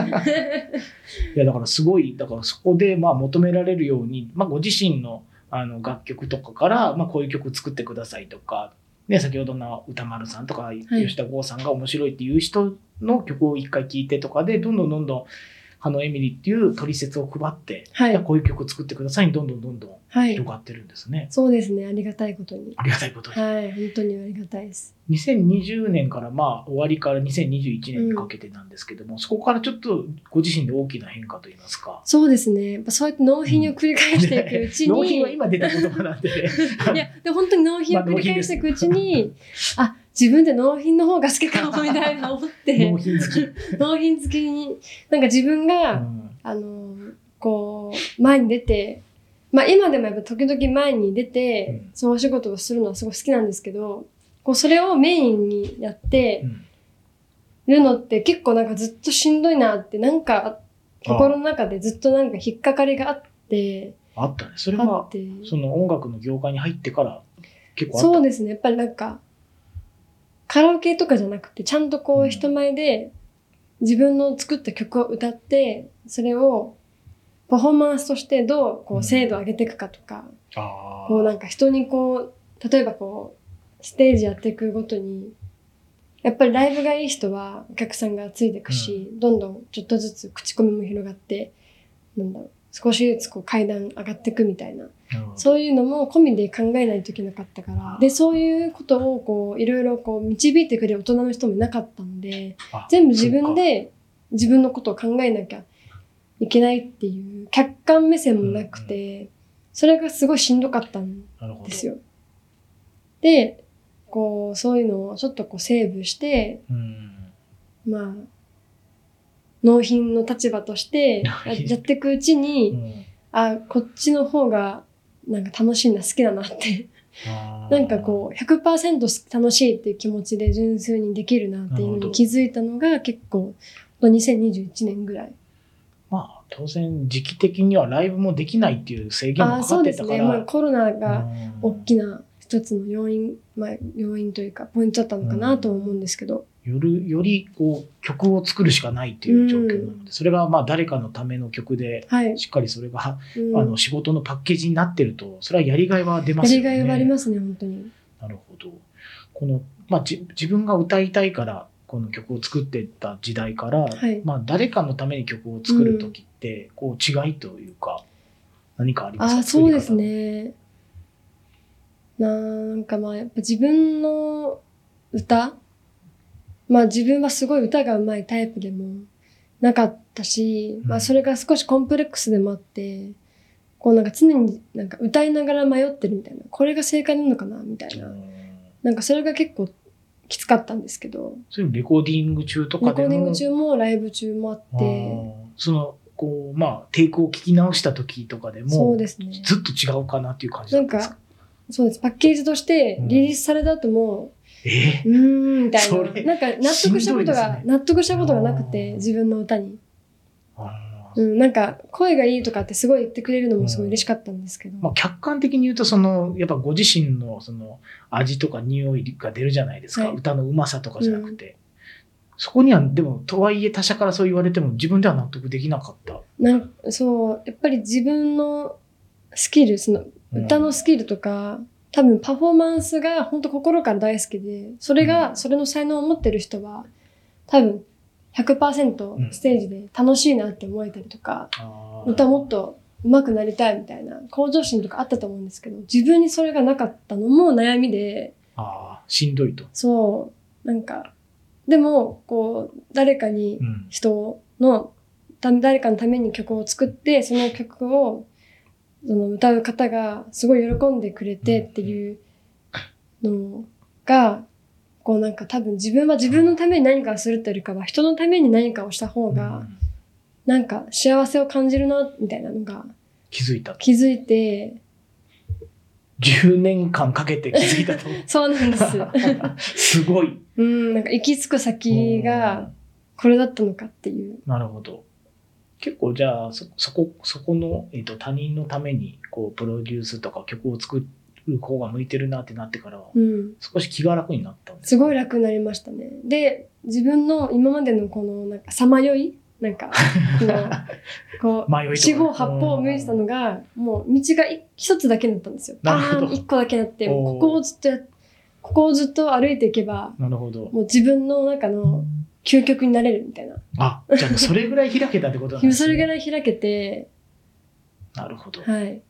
Speaker 2: いや、だからすごい、だからそこで、まあ、求められるように、まあ、ご自身の、あの、楽曲とかから、まあ、こういう曲作ってくださいとか、ね、先ほどの歌丸さんとか、吉田剛さんが面白いっていう人の曲を一回聴いてとかで、どんどんどんどん、あの、エミリーっていう取説を配って、
Speaker 3: は
Speaker 2: じゃあ
Speaker 3: い。
Speaker 2: こういう曲作ってくださいにどんどんどんどん
Speaker 3: はい
Speaker 2: 広。がってるんですね。
Speaker 3: そうですね、ありがたいことに。
Speaker 2: ありがたいことに。
Speaker 3: はい、本当にありがたいです。
Speaker 2: 2020年からまあ終わりから2021年にかけてなんですけども、そこからちょっとご自身で大きな変化といいますか。
Speaker 3: そうですね。やっぱそうやって納品を繰り返していくう
Speaker 2: [laughs]
Speaker 3: ち
Speaker 2: 納
Speaker 3: に、
Speaker 2: 品は今出た言葉なんで、
Speaker 3: [laughs] いや、で本当に納品を繰り返していくうちに、あ、自分で納品の方が好きかも、みたいな思って。
Speaker 2: [laughs] 納品好き。う
Speaker 3: 納品付きに、なんか自分が、
Speaker 2: ん
Speaker 3: あの、こう、前に出て、まあ今でもやっぱ時々前に出て、
Speaker 2: うん
Speaker 3: そのお仕事をするのはすごい好きなんですけど、こうそれをメインにやって
Speaker 2: うん
Speaker 3: るのって結構なんかずっとしんどいなって、なんか心の中でずっとなんか引っかかりがあって、
Speaker 2: あったね。それ
Speaker 3: あ
Speaker 2: は
Speaker 3: っ、て。
Speaker 2: その音楽の業界に入ってから結構あった。
Speaker 3: そうですね。やっぱりなんか、カラオケとかじゃなくて、ちゃんとこ
Speaker 2: う
Speaker 3: うん人前で自分の作った曲を歌って、それをパフォーマンスとしてどうこ
Speaker 2: う
Speaker 3: うん精度を上げていくかとか、
Speaker 2: あ
Speaker 3: こうな
Speaker 2: ー
Speaker 3: んか人にこう、例えばこう、ステージやっていくごとに、やっぱりライブがいい人はお客さんがついていくし、どんどんちょっとずつ口コミも広がって、なんだろう、少しずつこう階段上がっていくみたいな。
Speaker 2: なるほど
Speaker 3: そういうのも込みで考えないといけなかったから。で、そういうことをこう、いろいろこう、導いてくれる大人の人もいなかったんで、
Speaker 2: あ
Speaker 3: 全部自分で自分のことを考えなきゃいけないっていう、客観目線もなくて、それがすごいしんどかったん
Speaker 2: そうかなるほど。
Speaker 3: ですよ。で、こう、そういうのをちょっとこう、セーブして、
Speaker 2: うん。
Speaker 3: まあ、納品の立場としてややっていくうちに、
Speaker 2: うん
Speaker 3: あこっちの方がなんか楽しいな好きだなって
Speaker 2: あー
Speaker 3: なんかこう100%楽しいっていう気持ちで純粋にできるなって
Speaker 2: な
Speaker 3: いう
Speaker 2: るほ
Speaker 3: のに
Speaker 2: ど
Speaker 3: 気づいたのが結構2021年ぐらい
Speaker 2: まあ、当然、時期的にはライブもできないっていう制限
Speaker 3: あ
Speaker 2: も
Speaker 3: あ
Speaker 2: かか
Speaker 3: そう
Speaker 2: っ
Speaker 3: で
Speaker 2: て
Speaker 3: す
Speaker 2: たか
Speaker 3: ね、
Speaker 2: ら。
Speaker 3: まあ、コロナ
Speaker 2: う
Speaker 3: が
Speaker 2: ん
Speaker 3: 大きな一つの要因、まあ、要因というかポイントだったのかなとは思うんですけど、
Speaker 2: よりよりこう曲を作るしかないっていう状況なので、それがまあ誰かのための曲で
Speaker 3: はい、
Speaker 2: しっかりそれが、
Speaker 3: うん
Speaker 2: あの仕事のパッケージになってるとそれはやりがいは出ま
Speaker 3: や
Speaker 2: すよ
Speaker 3: り
Speaker 2: ね。
Speaker 3: がいはありますね本当に
Speaker 2: なるほどこの、まあ、じ自分が歌いたいからこの曲を作っていった時代から、
Speaker 3: はい
Speaker 2: まあ、誰かのために曲を作る時ってこう違いというか何かあります
Speaker 3: あ
Speaker 2: か
Speaker 3: あそうです。ねなんかまあやっぱ自分の歌まあ自分はすごい歌がうまいタイプでもなかったし、
Speaker 2: うん
Speaker 3: まあそれが少しコンプレックスでもあってこうなんか常になんか歌いながら迷ってるみたいなこれが正解なのかなみたい
Speaker 2: 作り方
Speaker 3: な
Speaker 2: うん
Speaker 3: なんかそれが結構きつかったんですけど
Speaker 2: そういうレコーディング中と
Speaker 3: レ
Speaker 2: か
Speaker 3: コ
Speaker 2: で
Speaker 3: ーディン
Speaker 2: も
Speaker 3: グ中もライブ中もあっ
Speaker 2: あ
Speaker 3: て
Speaker 2: ーそのこうまあテイクを聞き直した時とかでも
Speaker 3: そうですね
Speaker 2: ずっと違うかなっていう感じだったんですか
Speaker 3: そうですパッケージとしてリリースされた後も
Speaker 2: え
Speaker 3: うーんみたい
Speaker 2: そ
Speaker 3: な。
Speaker 2: れ
Speaker 3: なんか納得したこと
Speaker 2: しんどい
Speaker 3: が、
Speaker 2: ですね
Speaker 3: 納得したことがなく
Speaker 2: あ
Speaker 3: て、
Speaker 2: ー
Speaker 3: 自分の歌
Speaker 2: ー
Speaker 3: に。
Speaker 2: あー
Speaker 3: うん、なんか声がいいとかってすごい言ってくれるのもすごい嬉しかったんですけど。
Speaker 2: まあ、客観的に言うとそのやっぱご自身のその味とか匂いが出るじゃないですか、
Speaker 3: はい
Speaker 2: 歌のうまさとかじゃなくて、そこにはでもとはいえ他者からそう言われても自分では納得できなかった、
Speaker 3: なんそう、やっぱり自分のスキル、その
Speaker 2: うん
Speaker 3: 歌のスキルとか、多分パフォーマンスが本当心から大好きで、それ
Speaker 2: う
Speaker 3: が、
Speaker 2: ん
Speaker 3: それの才能を持ってる人は、多分
Speaker 2: うん
Speaker 3: 100%ステージで楽しいなって思えたりとか、
Speaker 2: あー
Speaker 3: 歌もっと上手くなりたいみたいな向上心とかあったと思うんですけど自分にそれがなかったのも悩みで
Speaker 2: あーしんどいと、
Speaker 3: そうなんかでもこう誰かに
Speaker 2: うん
Speaker 3: 人のた誰かのために曲を作ってその曲をその歌う方がすごい喜んでくれてっていうのがこうなんか多分自分は自分のために何かをするというよりかは人のために何かをした方
Speaker 2: う
Speaker 3: が
Speaker 2: ん
Speaker 3: なんか幸せを感じるなみたいなのが
Speaker 2: 気づいたと
Speaker 3: 気づいて、
Speaker 2: 10年間かけて気づいたと
Speaker 3: そうなん [laughs] です。
Speaker 2: [laughs] すごい
Speaker 3: うん、なんか行き着く先がこれだったのかっていう。
Speaker 2: なるほど。結構じゃあそそこそこの、えっと他人のためにこうプロデュースとか曲を作る方が向いてるなってなってからは
Speaker 3: うん。
Speaker 2: 少し気が楽になったんです
Speaker 3: すごい楽になりましたね。で、自分の今までのこの、なんか、さまよいな
Speaker 2: [laughs]
Speaker 3: んか、こう、こ
Speaker 2: 迷いとか
Speaker 3: う、四方八方向いてたのが、もう道がい一つだけになったんですよ。
Speaker 2: なるほど
Speaker 3: バーン一個だけになって、
Speaker 2: おー
Speaker 3: もうここをずっとや、ここをずっと歩いていけば、
Speaker 2: なるほど
Speaker 3: もう自分の中の究極になれるみたいな。
Speaker 2: あじゃあもうそれぐらい開けたってことなんです
Speaker 3: それぐ
Speaker 2: い
Speaker 3: らい開けて、
Speaker 2: なるほど、ま
Speaker 3: はい。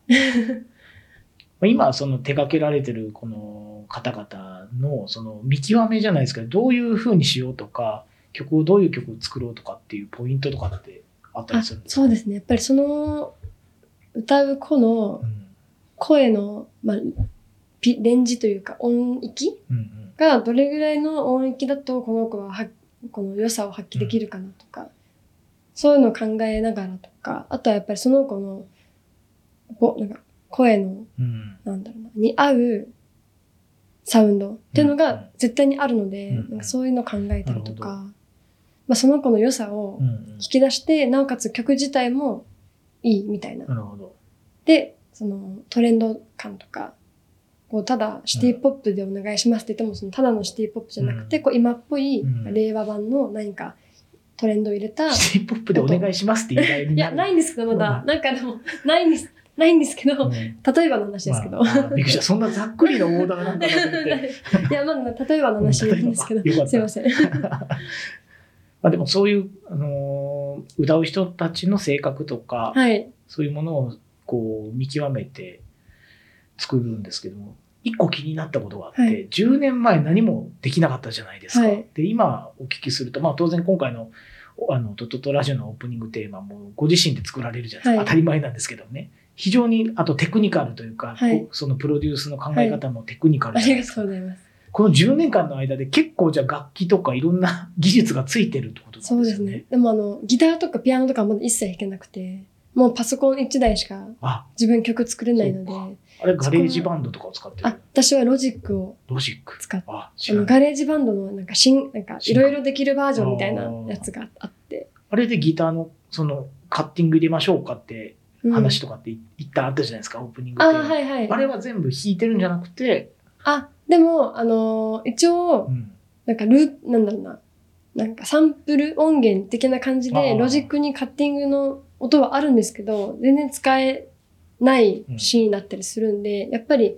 Speaker 2: あ今その手掛けられてるこの方々のその見極めじゃないですかどういうふうにしようとか曲をどういう曲を作ろうとかっていうポイントとかってあった
Speaker 3: あ
Speaker 2: りするんですか
Speaker 3: そうですね。やっぱりその、歌う子の
Speaker 2: うん
Speaker 3: 声の、まあ、ピレンジというか音域
Speaker 2: うんうん
Speaker 3: がどれぐらいの音域だとこの子ははこの良さを発揮できるかなとか、そういうのを考えながらとかあとはやっぱりその子のぼなんか声の、
Speaker 2: うん
Speaker 3: なんだろうな、に合うサウンドっていうの
Speaker 2: うん
Speaker 3: が絶対にあるので、
Speaker 2: うん
Speaker 3: なんかそういうの考えたりと
Speaker 2: なるほど
Speaker 3: か、まあ、その子の良さを
Speaker 2: うんうん
Speaker 3: 引き出して、なおかつ曲自体もいいみたいな。
Speaker 2: なるほど。
Speaker 3: で、そのトレンド感とか、こうただシティポップでお願いしますって言っても、そのただのシティポップじゃなくて、
Speaker 2: うん
Speaker 3: こう今っぽい
Speaker 2: うん
Speaker 3: 令和版の何かトレンドを入れた、
Speaker 2: シティポップでお願いしますって言いたい
Speaker 3: いや、ないいんですけど、まだ。なんかでも、ないんです、ないんですけど、
Speaker 2: ね
Speaker 3: 例えばの話ですけど。 [laughs]
Speaker 2: まあまあびっくりした。そんなざっくりのオーダーなんだなと思って。
Speaker 3: いや、まあ、例えばの話なんですけ
Speaker 2: うん例えばよかっ
Speaker 3: ど、
Speaker 2: た
Speaker 3: すいません。
Speaker 2: まあでもそういう、あのー歌う人たちの性格とか、
Speaker 3: はい。
Speaker 2: そういうものをこう見極めて作るんですけども、一個気になったことがあって、
Speaker 3: はい
Speaker 2: 10年前何もできなかったじゃないですか。
Speaker 3: はい
Speaker 2: で、今お聞きすると、まあ当然今回のあのトトトラジオのオープニングテーマもご自身で作られるじゃないですか。
Speaker 3: はい
Speaker 2: 当たり前なんですけどね。非常に、あとテクニカルというか、
Speaker 3: はい
Speaker 2: こうそのプロデュースの考え方もテクニカ
Speaker 3: あ
Speaker 2: ルじゃない
Speaker 3: り
Speaker 2: で
Speaker 3: が
Speaker 2: すか。
Speaker 3: とうございます。
Speaker 2: この10年間の間で結構じゃあ楽器とかいろんな技術がついてるってことな
Speaker 3: そ
Speaker 2: ん
Speaker 3: う
Speaker 2: で
Speaker 3: ですす
Speaker 2: よね
Speaker 3: ね。。でも、あの、ギターとかピアノとかはまだ一切弾けなくて、もうパソコン1台しか
Speaker 2: あ、
Speaker 3: 自分曲作れないの
Speaker 2: そう
Speaker 3: で、
Speaker 2: あれガレージバンドとかを使って
Speaker 3: あ
Speaker 2: る、
Speaker 3: 私はロジックを
Speaker 2: ロジック。
Speaker 3: 使って、
Speaker 2: あ、
Speaker 3: あ
Speaker 2: 違
Speaker 3: の
Speaker 2: う。
Speaker 3: ガレージバンドのなんか新、なんかいろいろできるバージョンみたいな
Speaker 2: あー
Speaker 3: やつがあって、
Speaker 2: あれでギターのそのカッティング入れましょうかって
Speaker 3: うん
Speaker 2: 話とかってい一旦あったじゃないですか、オープニング
Speaker 3: あ
Speaker 2: で。
Speaker 3: ー、はいはい。
Speaker 2: あれは全部弾いてるんじゃなくて、
Speaker 3: あ、でも、あのー一応
Speaker 2: う、ん
Speaker 3: なんかループ、なんだろうな。なんかサンプル音源的な感じ
Speaker 2: あ
Speaker 3: で、
Speaker 2: ー
Speaker 3: ロジックにカッティングの音はあるんですけど、全然使えないシーンだったりするんで、やっぱり、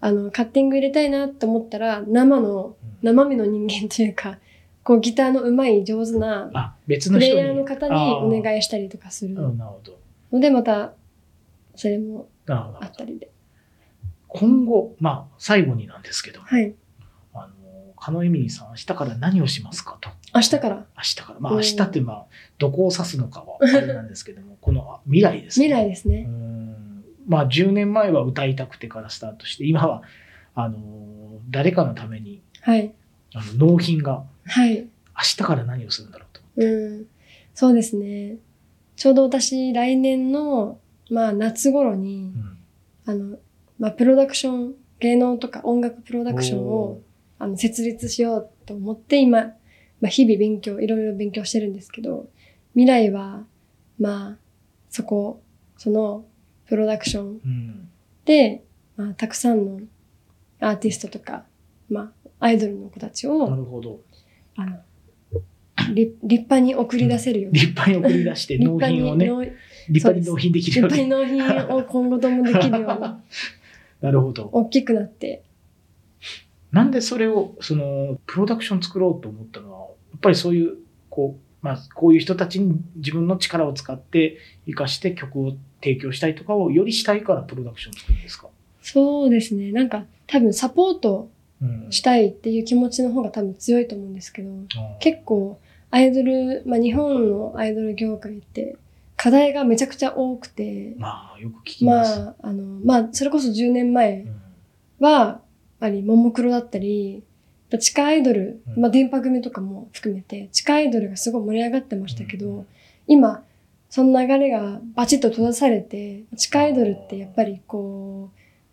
Speaker 3: あの、カッティング入れたいなと思ったら、生の、
Speaker 2: うん
Speaker 3: 生身の人間というか、こうギターの上手い上手な
Speaker 2: あ、別の
Speaker 3: プ
Speaker 2: 人
Speaker 3: レ
Speaker 2: に。
Speaker 3: イヤーの方にお
Speaker 2: い。
Speaker 3: 願いしたりとかする
Speaker 2: うんなるほど。
Speaker 3: ので、また、それも
Speaker 2: なるほど
Speaker 3: あったりで。
Speaker 2: 今後、まあ、最後になんですけども、
Speaker 3: はい。
Speaker 2: あの、カノエミリーさん、明日から何をしますかと。
Speaker 3: 明日から
Speaker 2: 明日から。まあ、
Speaker 3: うん
Speaker 2: 明日って、まあ、どこを指すのかはあれなんですけども、この未来ですね。
Speaker 3: 未来です
Speaker 2: う
Speaker 3: ね。
Speaker 2: んまあ、10年前は歌いたくてからスタートして、今は、あの、誰かのために、
Speaker 3: はい。
Speaker 2: あの納品が
Speaker 3: はい。
Speaker 2: 明日から何をするんだろうと。
Speaker 3: うん。そうですね。ちょうど私、来年の、まあ、夏頃に
Speaker 2: う、ん
Speaker 3: あの、まあ、プロダクション、芸能とか音楽プロダクションを、あの、設立しようと思って、今、まあ、日々勉強、いろいろ勉強してるんですけど、未来は、まあ、そこ、その、プロダクション
Speaker 2: うん
Speaker 3: で、まあ、たくさんのアーティストとか、まあ、アイドルの子たち
Speaker 2: な
Speaker 3: を、
Speaker 2: るほど。
Speaker 3: あの、立立派に送り出せるように、
Speaker 2: 立派に送り出して納品をね、
Speaker 3: 納
Speaker 2: 立
Speaker 3: 派
Speaker 2: 派
Speaker 3: に
Speaker 2: に
Speaker 3: 納
Speaker 2: 納品できる
Speaker 3: 立
Speaker 2: よう
Speaker 3: 派に
Speaker 2: に。
Speaker 3: 納品を今後ともできるよう
Speaker 2: [laughs]
Speaker 3: に
Speaker 2: なるほど。
Speaker 3: 大きくなって
Speaker 2: なんでそれを、その、プロダクション作ろうと思ったのは、やっぱりそういう、こう、まあ、こういう人たちに自分の力を使って、活かして曲を提供したいとかをよりしたいからプロダクション作るんですか。
Speaker 3: そうですねなんか多分サポート
Speaker 2: うん
Speaker 3: したいっていう気持ちの方が多分強いと思うんですけど
Speaker 2: うん
Speaker 3: 結構アイドル、まあ、日本のアイドル業界って課題がめちゃくちゃ多くて
Speaker 2: まあ、よく聞き
Speaker 3: ま
Speaker 2: ます。
Speaker 3: ああのまあそれこそ10年前
Speaker 2: うん
Speaker 3: はありももクロだったり地下アイドル、
Speaker 2: うん
Speaker 3: まあ、電波組とかも含めて地下アイドルがすごい盛り上がってましたけど、
Speaker 2: うん
Speaker 3: 今その流れがバチッと閉ざされて地下アイドルってやっぱりこ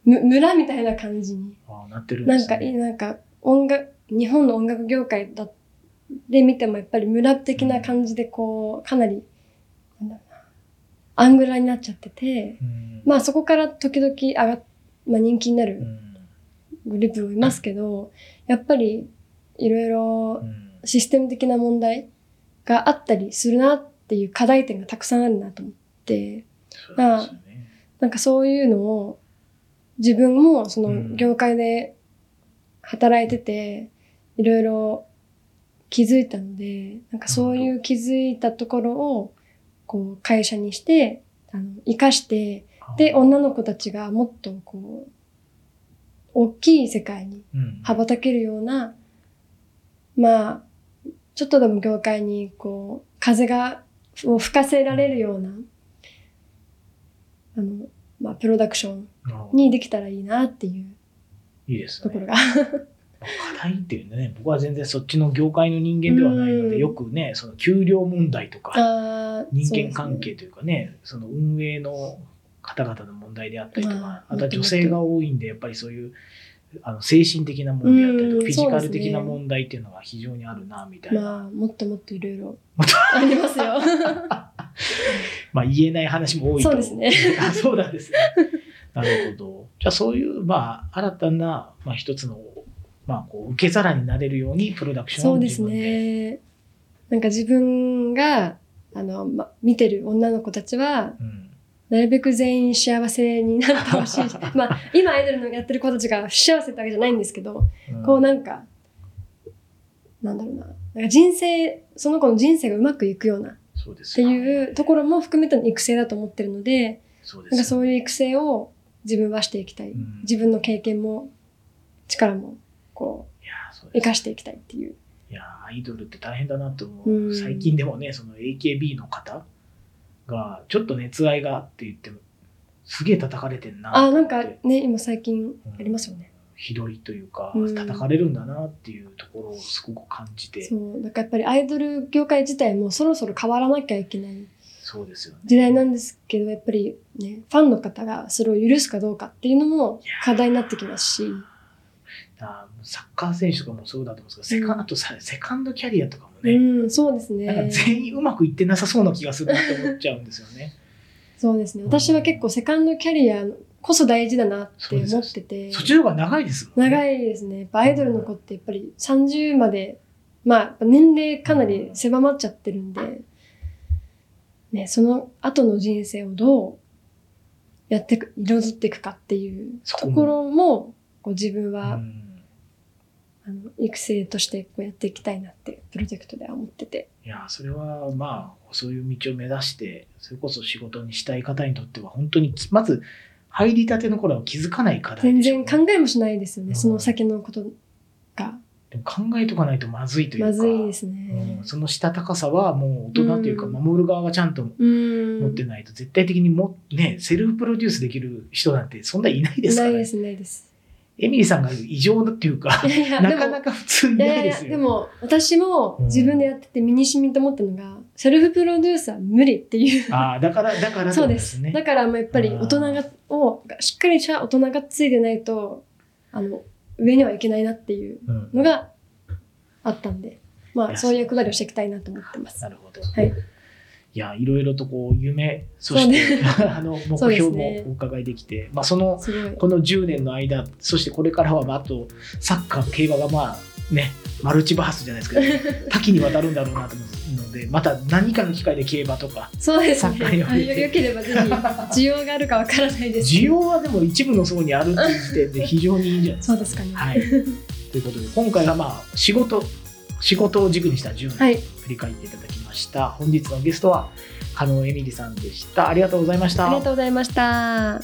Speaker 3: うむ村みたいな感じに
Speaker 2: ああなってるんで
Speaker 3: なん
Speaker 2: す
Speaker 3: か
Speaker 2: ね。
Speaker 3: いいなんか音楽日本の音楽業界だで見てもやっぱり村的な感じでこうかなりなんだろうなアングラになっちゃってて
Speaker 2: うん
Speaker 3: まあそこから時々上がっ、まあ、人気にな
Speaker 2: う
Speaker 3: る
Speaker 2: ん
Speaker 3: グループもいますけどやっぱりいろいろ
Speaker 2: うん
Speaker 3: システム的な問題があったりするなっていう課題点がたくさんあるなと思って、
Speaker 2: そうですよね
Speaker 3: なんかそういうのを自分もそ
Speaker 2: うん
Speaker 3: の業界で働いてて、いろいろ気づいたので、なんかそういう気づいたところをこう会社にして、あの、活かして、で、女の子たちがもっとこう、大きい世界に
Speaker 2: うん
Speaker 3: 羽ばたけるような、まあ、ちょっとでも業界にこう、風が、を吹かせられるような、あの、まあ、プロダクションにできたらいいなっていう
Speaker 2: いいです
Speaker 3: と
Speaker 2: ね
Speaker 3: ころが。
Speaker 2: 課題っていうのはね僕は全然そっちの業界の人間ではないの
Speaker 3: う
Speaker 2: で
Speaker 3: ん
Speaker 2: よくねその給料問題とか
Speaker 3: あー
Speaker 2: 人間関。
Speaker 3: そうですね
Speaker 2: 係というかねその運営の方々の問題であったりとか、まあ、とは女性が多いんで、やっぱりそういうあの精神的な問題であったりとか、フィジカル的な問題っていうのが非常にあるな、みたいな。
Speaker 3: まあ、もっともっといろいろありま
Speaker 2: [laughs]
Speaker 3: すよ。
Speaker 2: まあ、言えない話も多い
Speaker 3: そうですね。
Speaker 2: [laughs] あそうなんですね。なるほど。じゃあ、そういう、まあ、新たな、まあ、一つの、まあ、こう受け皿になれるようにプロダクション
Speaker 3: を自分で。そうですね。なんか自分が、あの、ま、見てる女の子たちは、うんなるべく全員幸せになってほしい。 [laughs] まあ、今アイドルのやってる子たちが不幸せってわけじゃないんですけど、うん、こうなんか、なんだろうな。なんか人生、その子の人生がうまくいくような、っていうところも含めての育成だと思ってるので、
Speaker 2: そう
Speaker 3: なんかそういう育成を自分はしていきたい。うん、自分の経験も、力も、こう、生かしていきたいっていう。
Speaker 2: いや、アイドルって大変だなと思う。うん、最近でもね、その AKB の方、がちょっと熱愛があって言ってもすげえ叩かれてんな
Speaker 3: あなんかね今最近ありますよね、
Speaker 2: うん、ひどいというか、うん、叩かれるんだなっていうところをすごく感じて
Speaker 3: そうだからやっぱりアイドル業界自体もそろそろ変わらなきゃいけない
Speaker 2: そうですよね
Speaker 3: 時代なんですけどやっぱりねファンの方がそれを許すかどうかっていうのも課題になってきますし
Speaker 2: あサッカー選手とかもそうだと思うんですけど、セカあとさセカンドキャリアとかも
Speaker 3: ね、うん、そうですね
Speaker 2: 全員うまくいってなさそうな気がするなって思っちゃうんですよね。
Speaker 3: そうですね私は結構セカンドキャリアこそ大事だなって思ってて
Speaker 2: そっちの方が長いです
Speaker 3: もんね。長いですねアイドルの子ってやっぱり30まで、まあ、年齢かなり狭まっちゃってるんで、ね、その後の人生をどうやって彩っていくかっていうところもこう自分は、うんあの育成としてこうやっていきたいなってプロジェクトでは思ってて
Speaker 2: いやそれはまあそういう道を目指してそれこそ仕事にしたい方にとっては本当にまず入りたての頃は気づかない課題、
Speaker 3: ね、全然考えもしないですよね、うん、その先のことが
Speaker 2: でも考えとかないとまずいというか
Speaker 3: まずいですね、
Speaker 2: うん、そのしたたかさはもう大人というか守る側がちゃんと持ってないと絶対的にも、ね、セルフプロデュースできる人なんてそんないないですから、ね、
Speaker 3: ないですないです
Speaker 2: エミリーさんが異常だっていうか、いや [laughs] いやなかなか普通にないですよ。
Speaker 3: いやいやでも、私も自分でやってて身に染みと思ったのが、うん、セルフプロデュースは無理っていう。
Speaker 2: ああ、だから、だから、ね、
Speaker 3: そうです。だから、やっぱり大人が、を、しっかりした大人がついでないと、あの、上にはいけないなっていうのがあったんで、うん、まあ、そういうくだりをしていきたいなと思ってます。
Speaker 2: なるほど。
Speaker 3: はい。
Speaker 2: いや、いろいろとこう、夢、そして、ね、 [laughs] あの、目標もお伺いできて、ね、まあ、その、この10年の間、そしてこれからは、まあ、あと、サッカー、競馬が、まあ、ね、マルチバースじゃないですけ
Speaker 3: [laughs]
Speaker 2: ど、多岐にわたるんだろうなと思うので、また何かの機会で競馬とか、
Speaker 3: そうですね。よければぜひ、需要があるかわからないです
Speaker 2: 需要はでも一部の層にあるっていう時点で非常にいいんじゃないです
Speaker 3: か。そうですかね。
Speaker 2: はい。ということで、今回はまあ、仕事、仕事を軸にした10年、はい、振り返っていただきました本日のゲストは加納エミリさんでしたありがとうございました
Speaker 3: ありがとうございました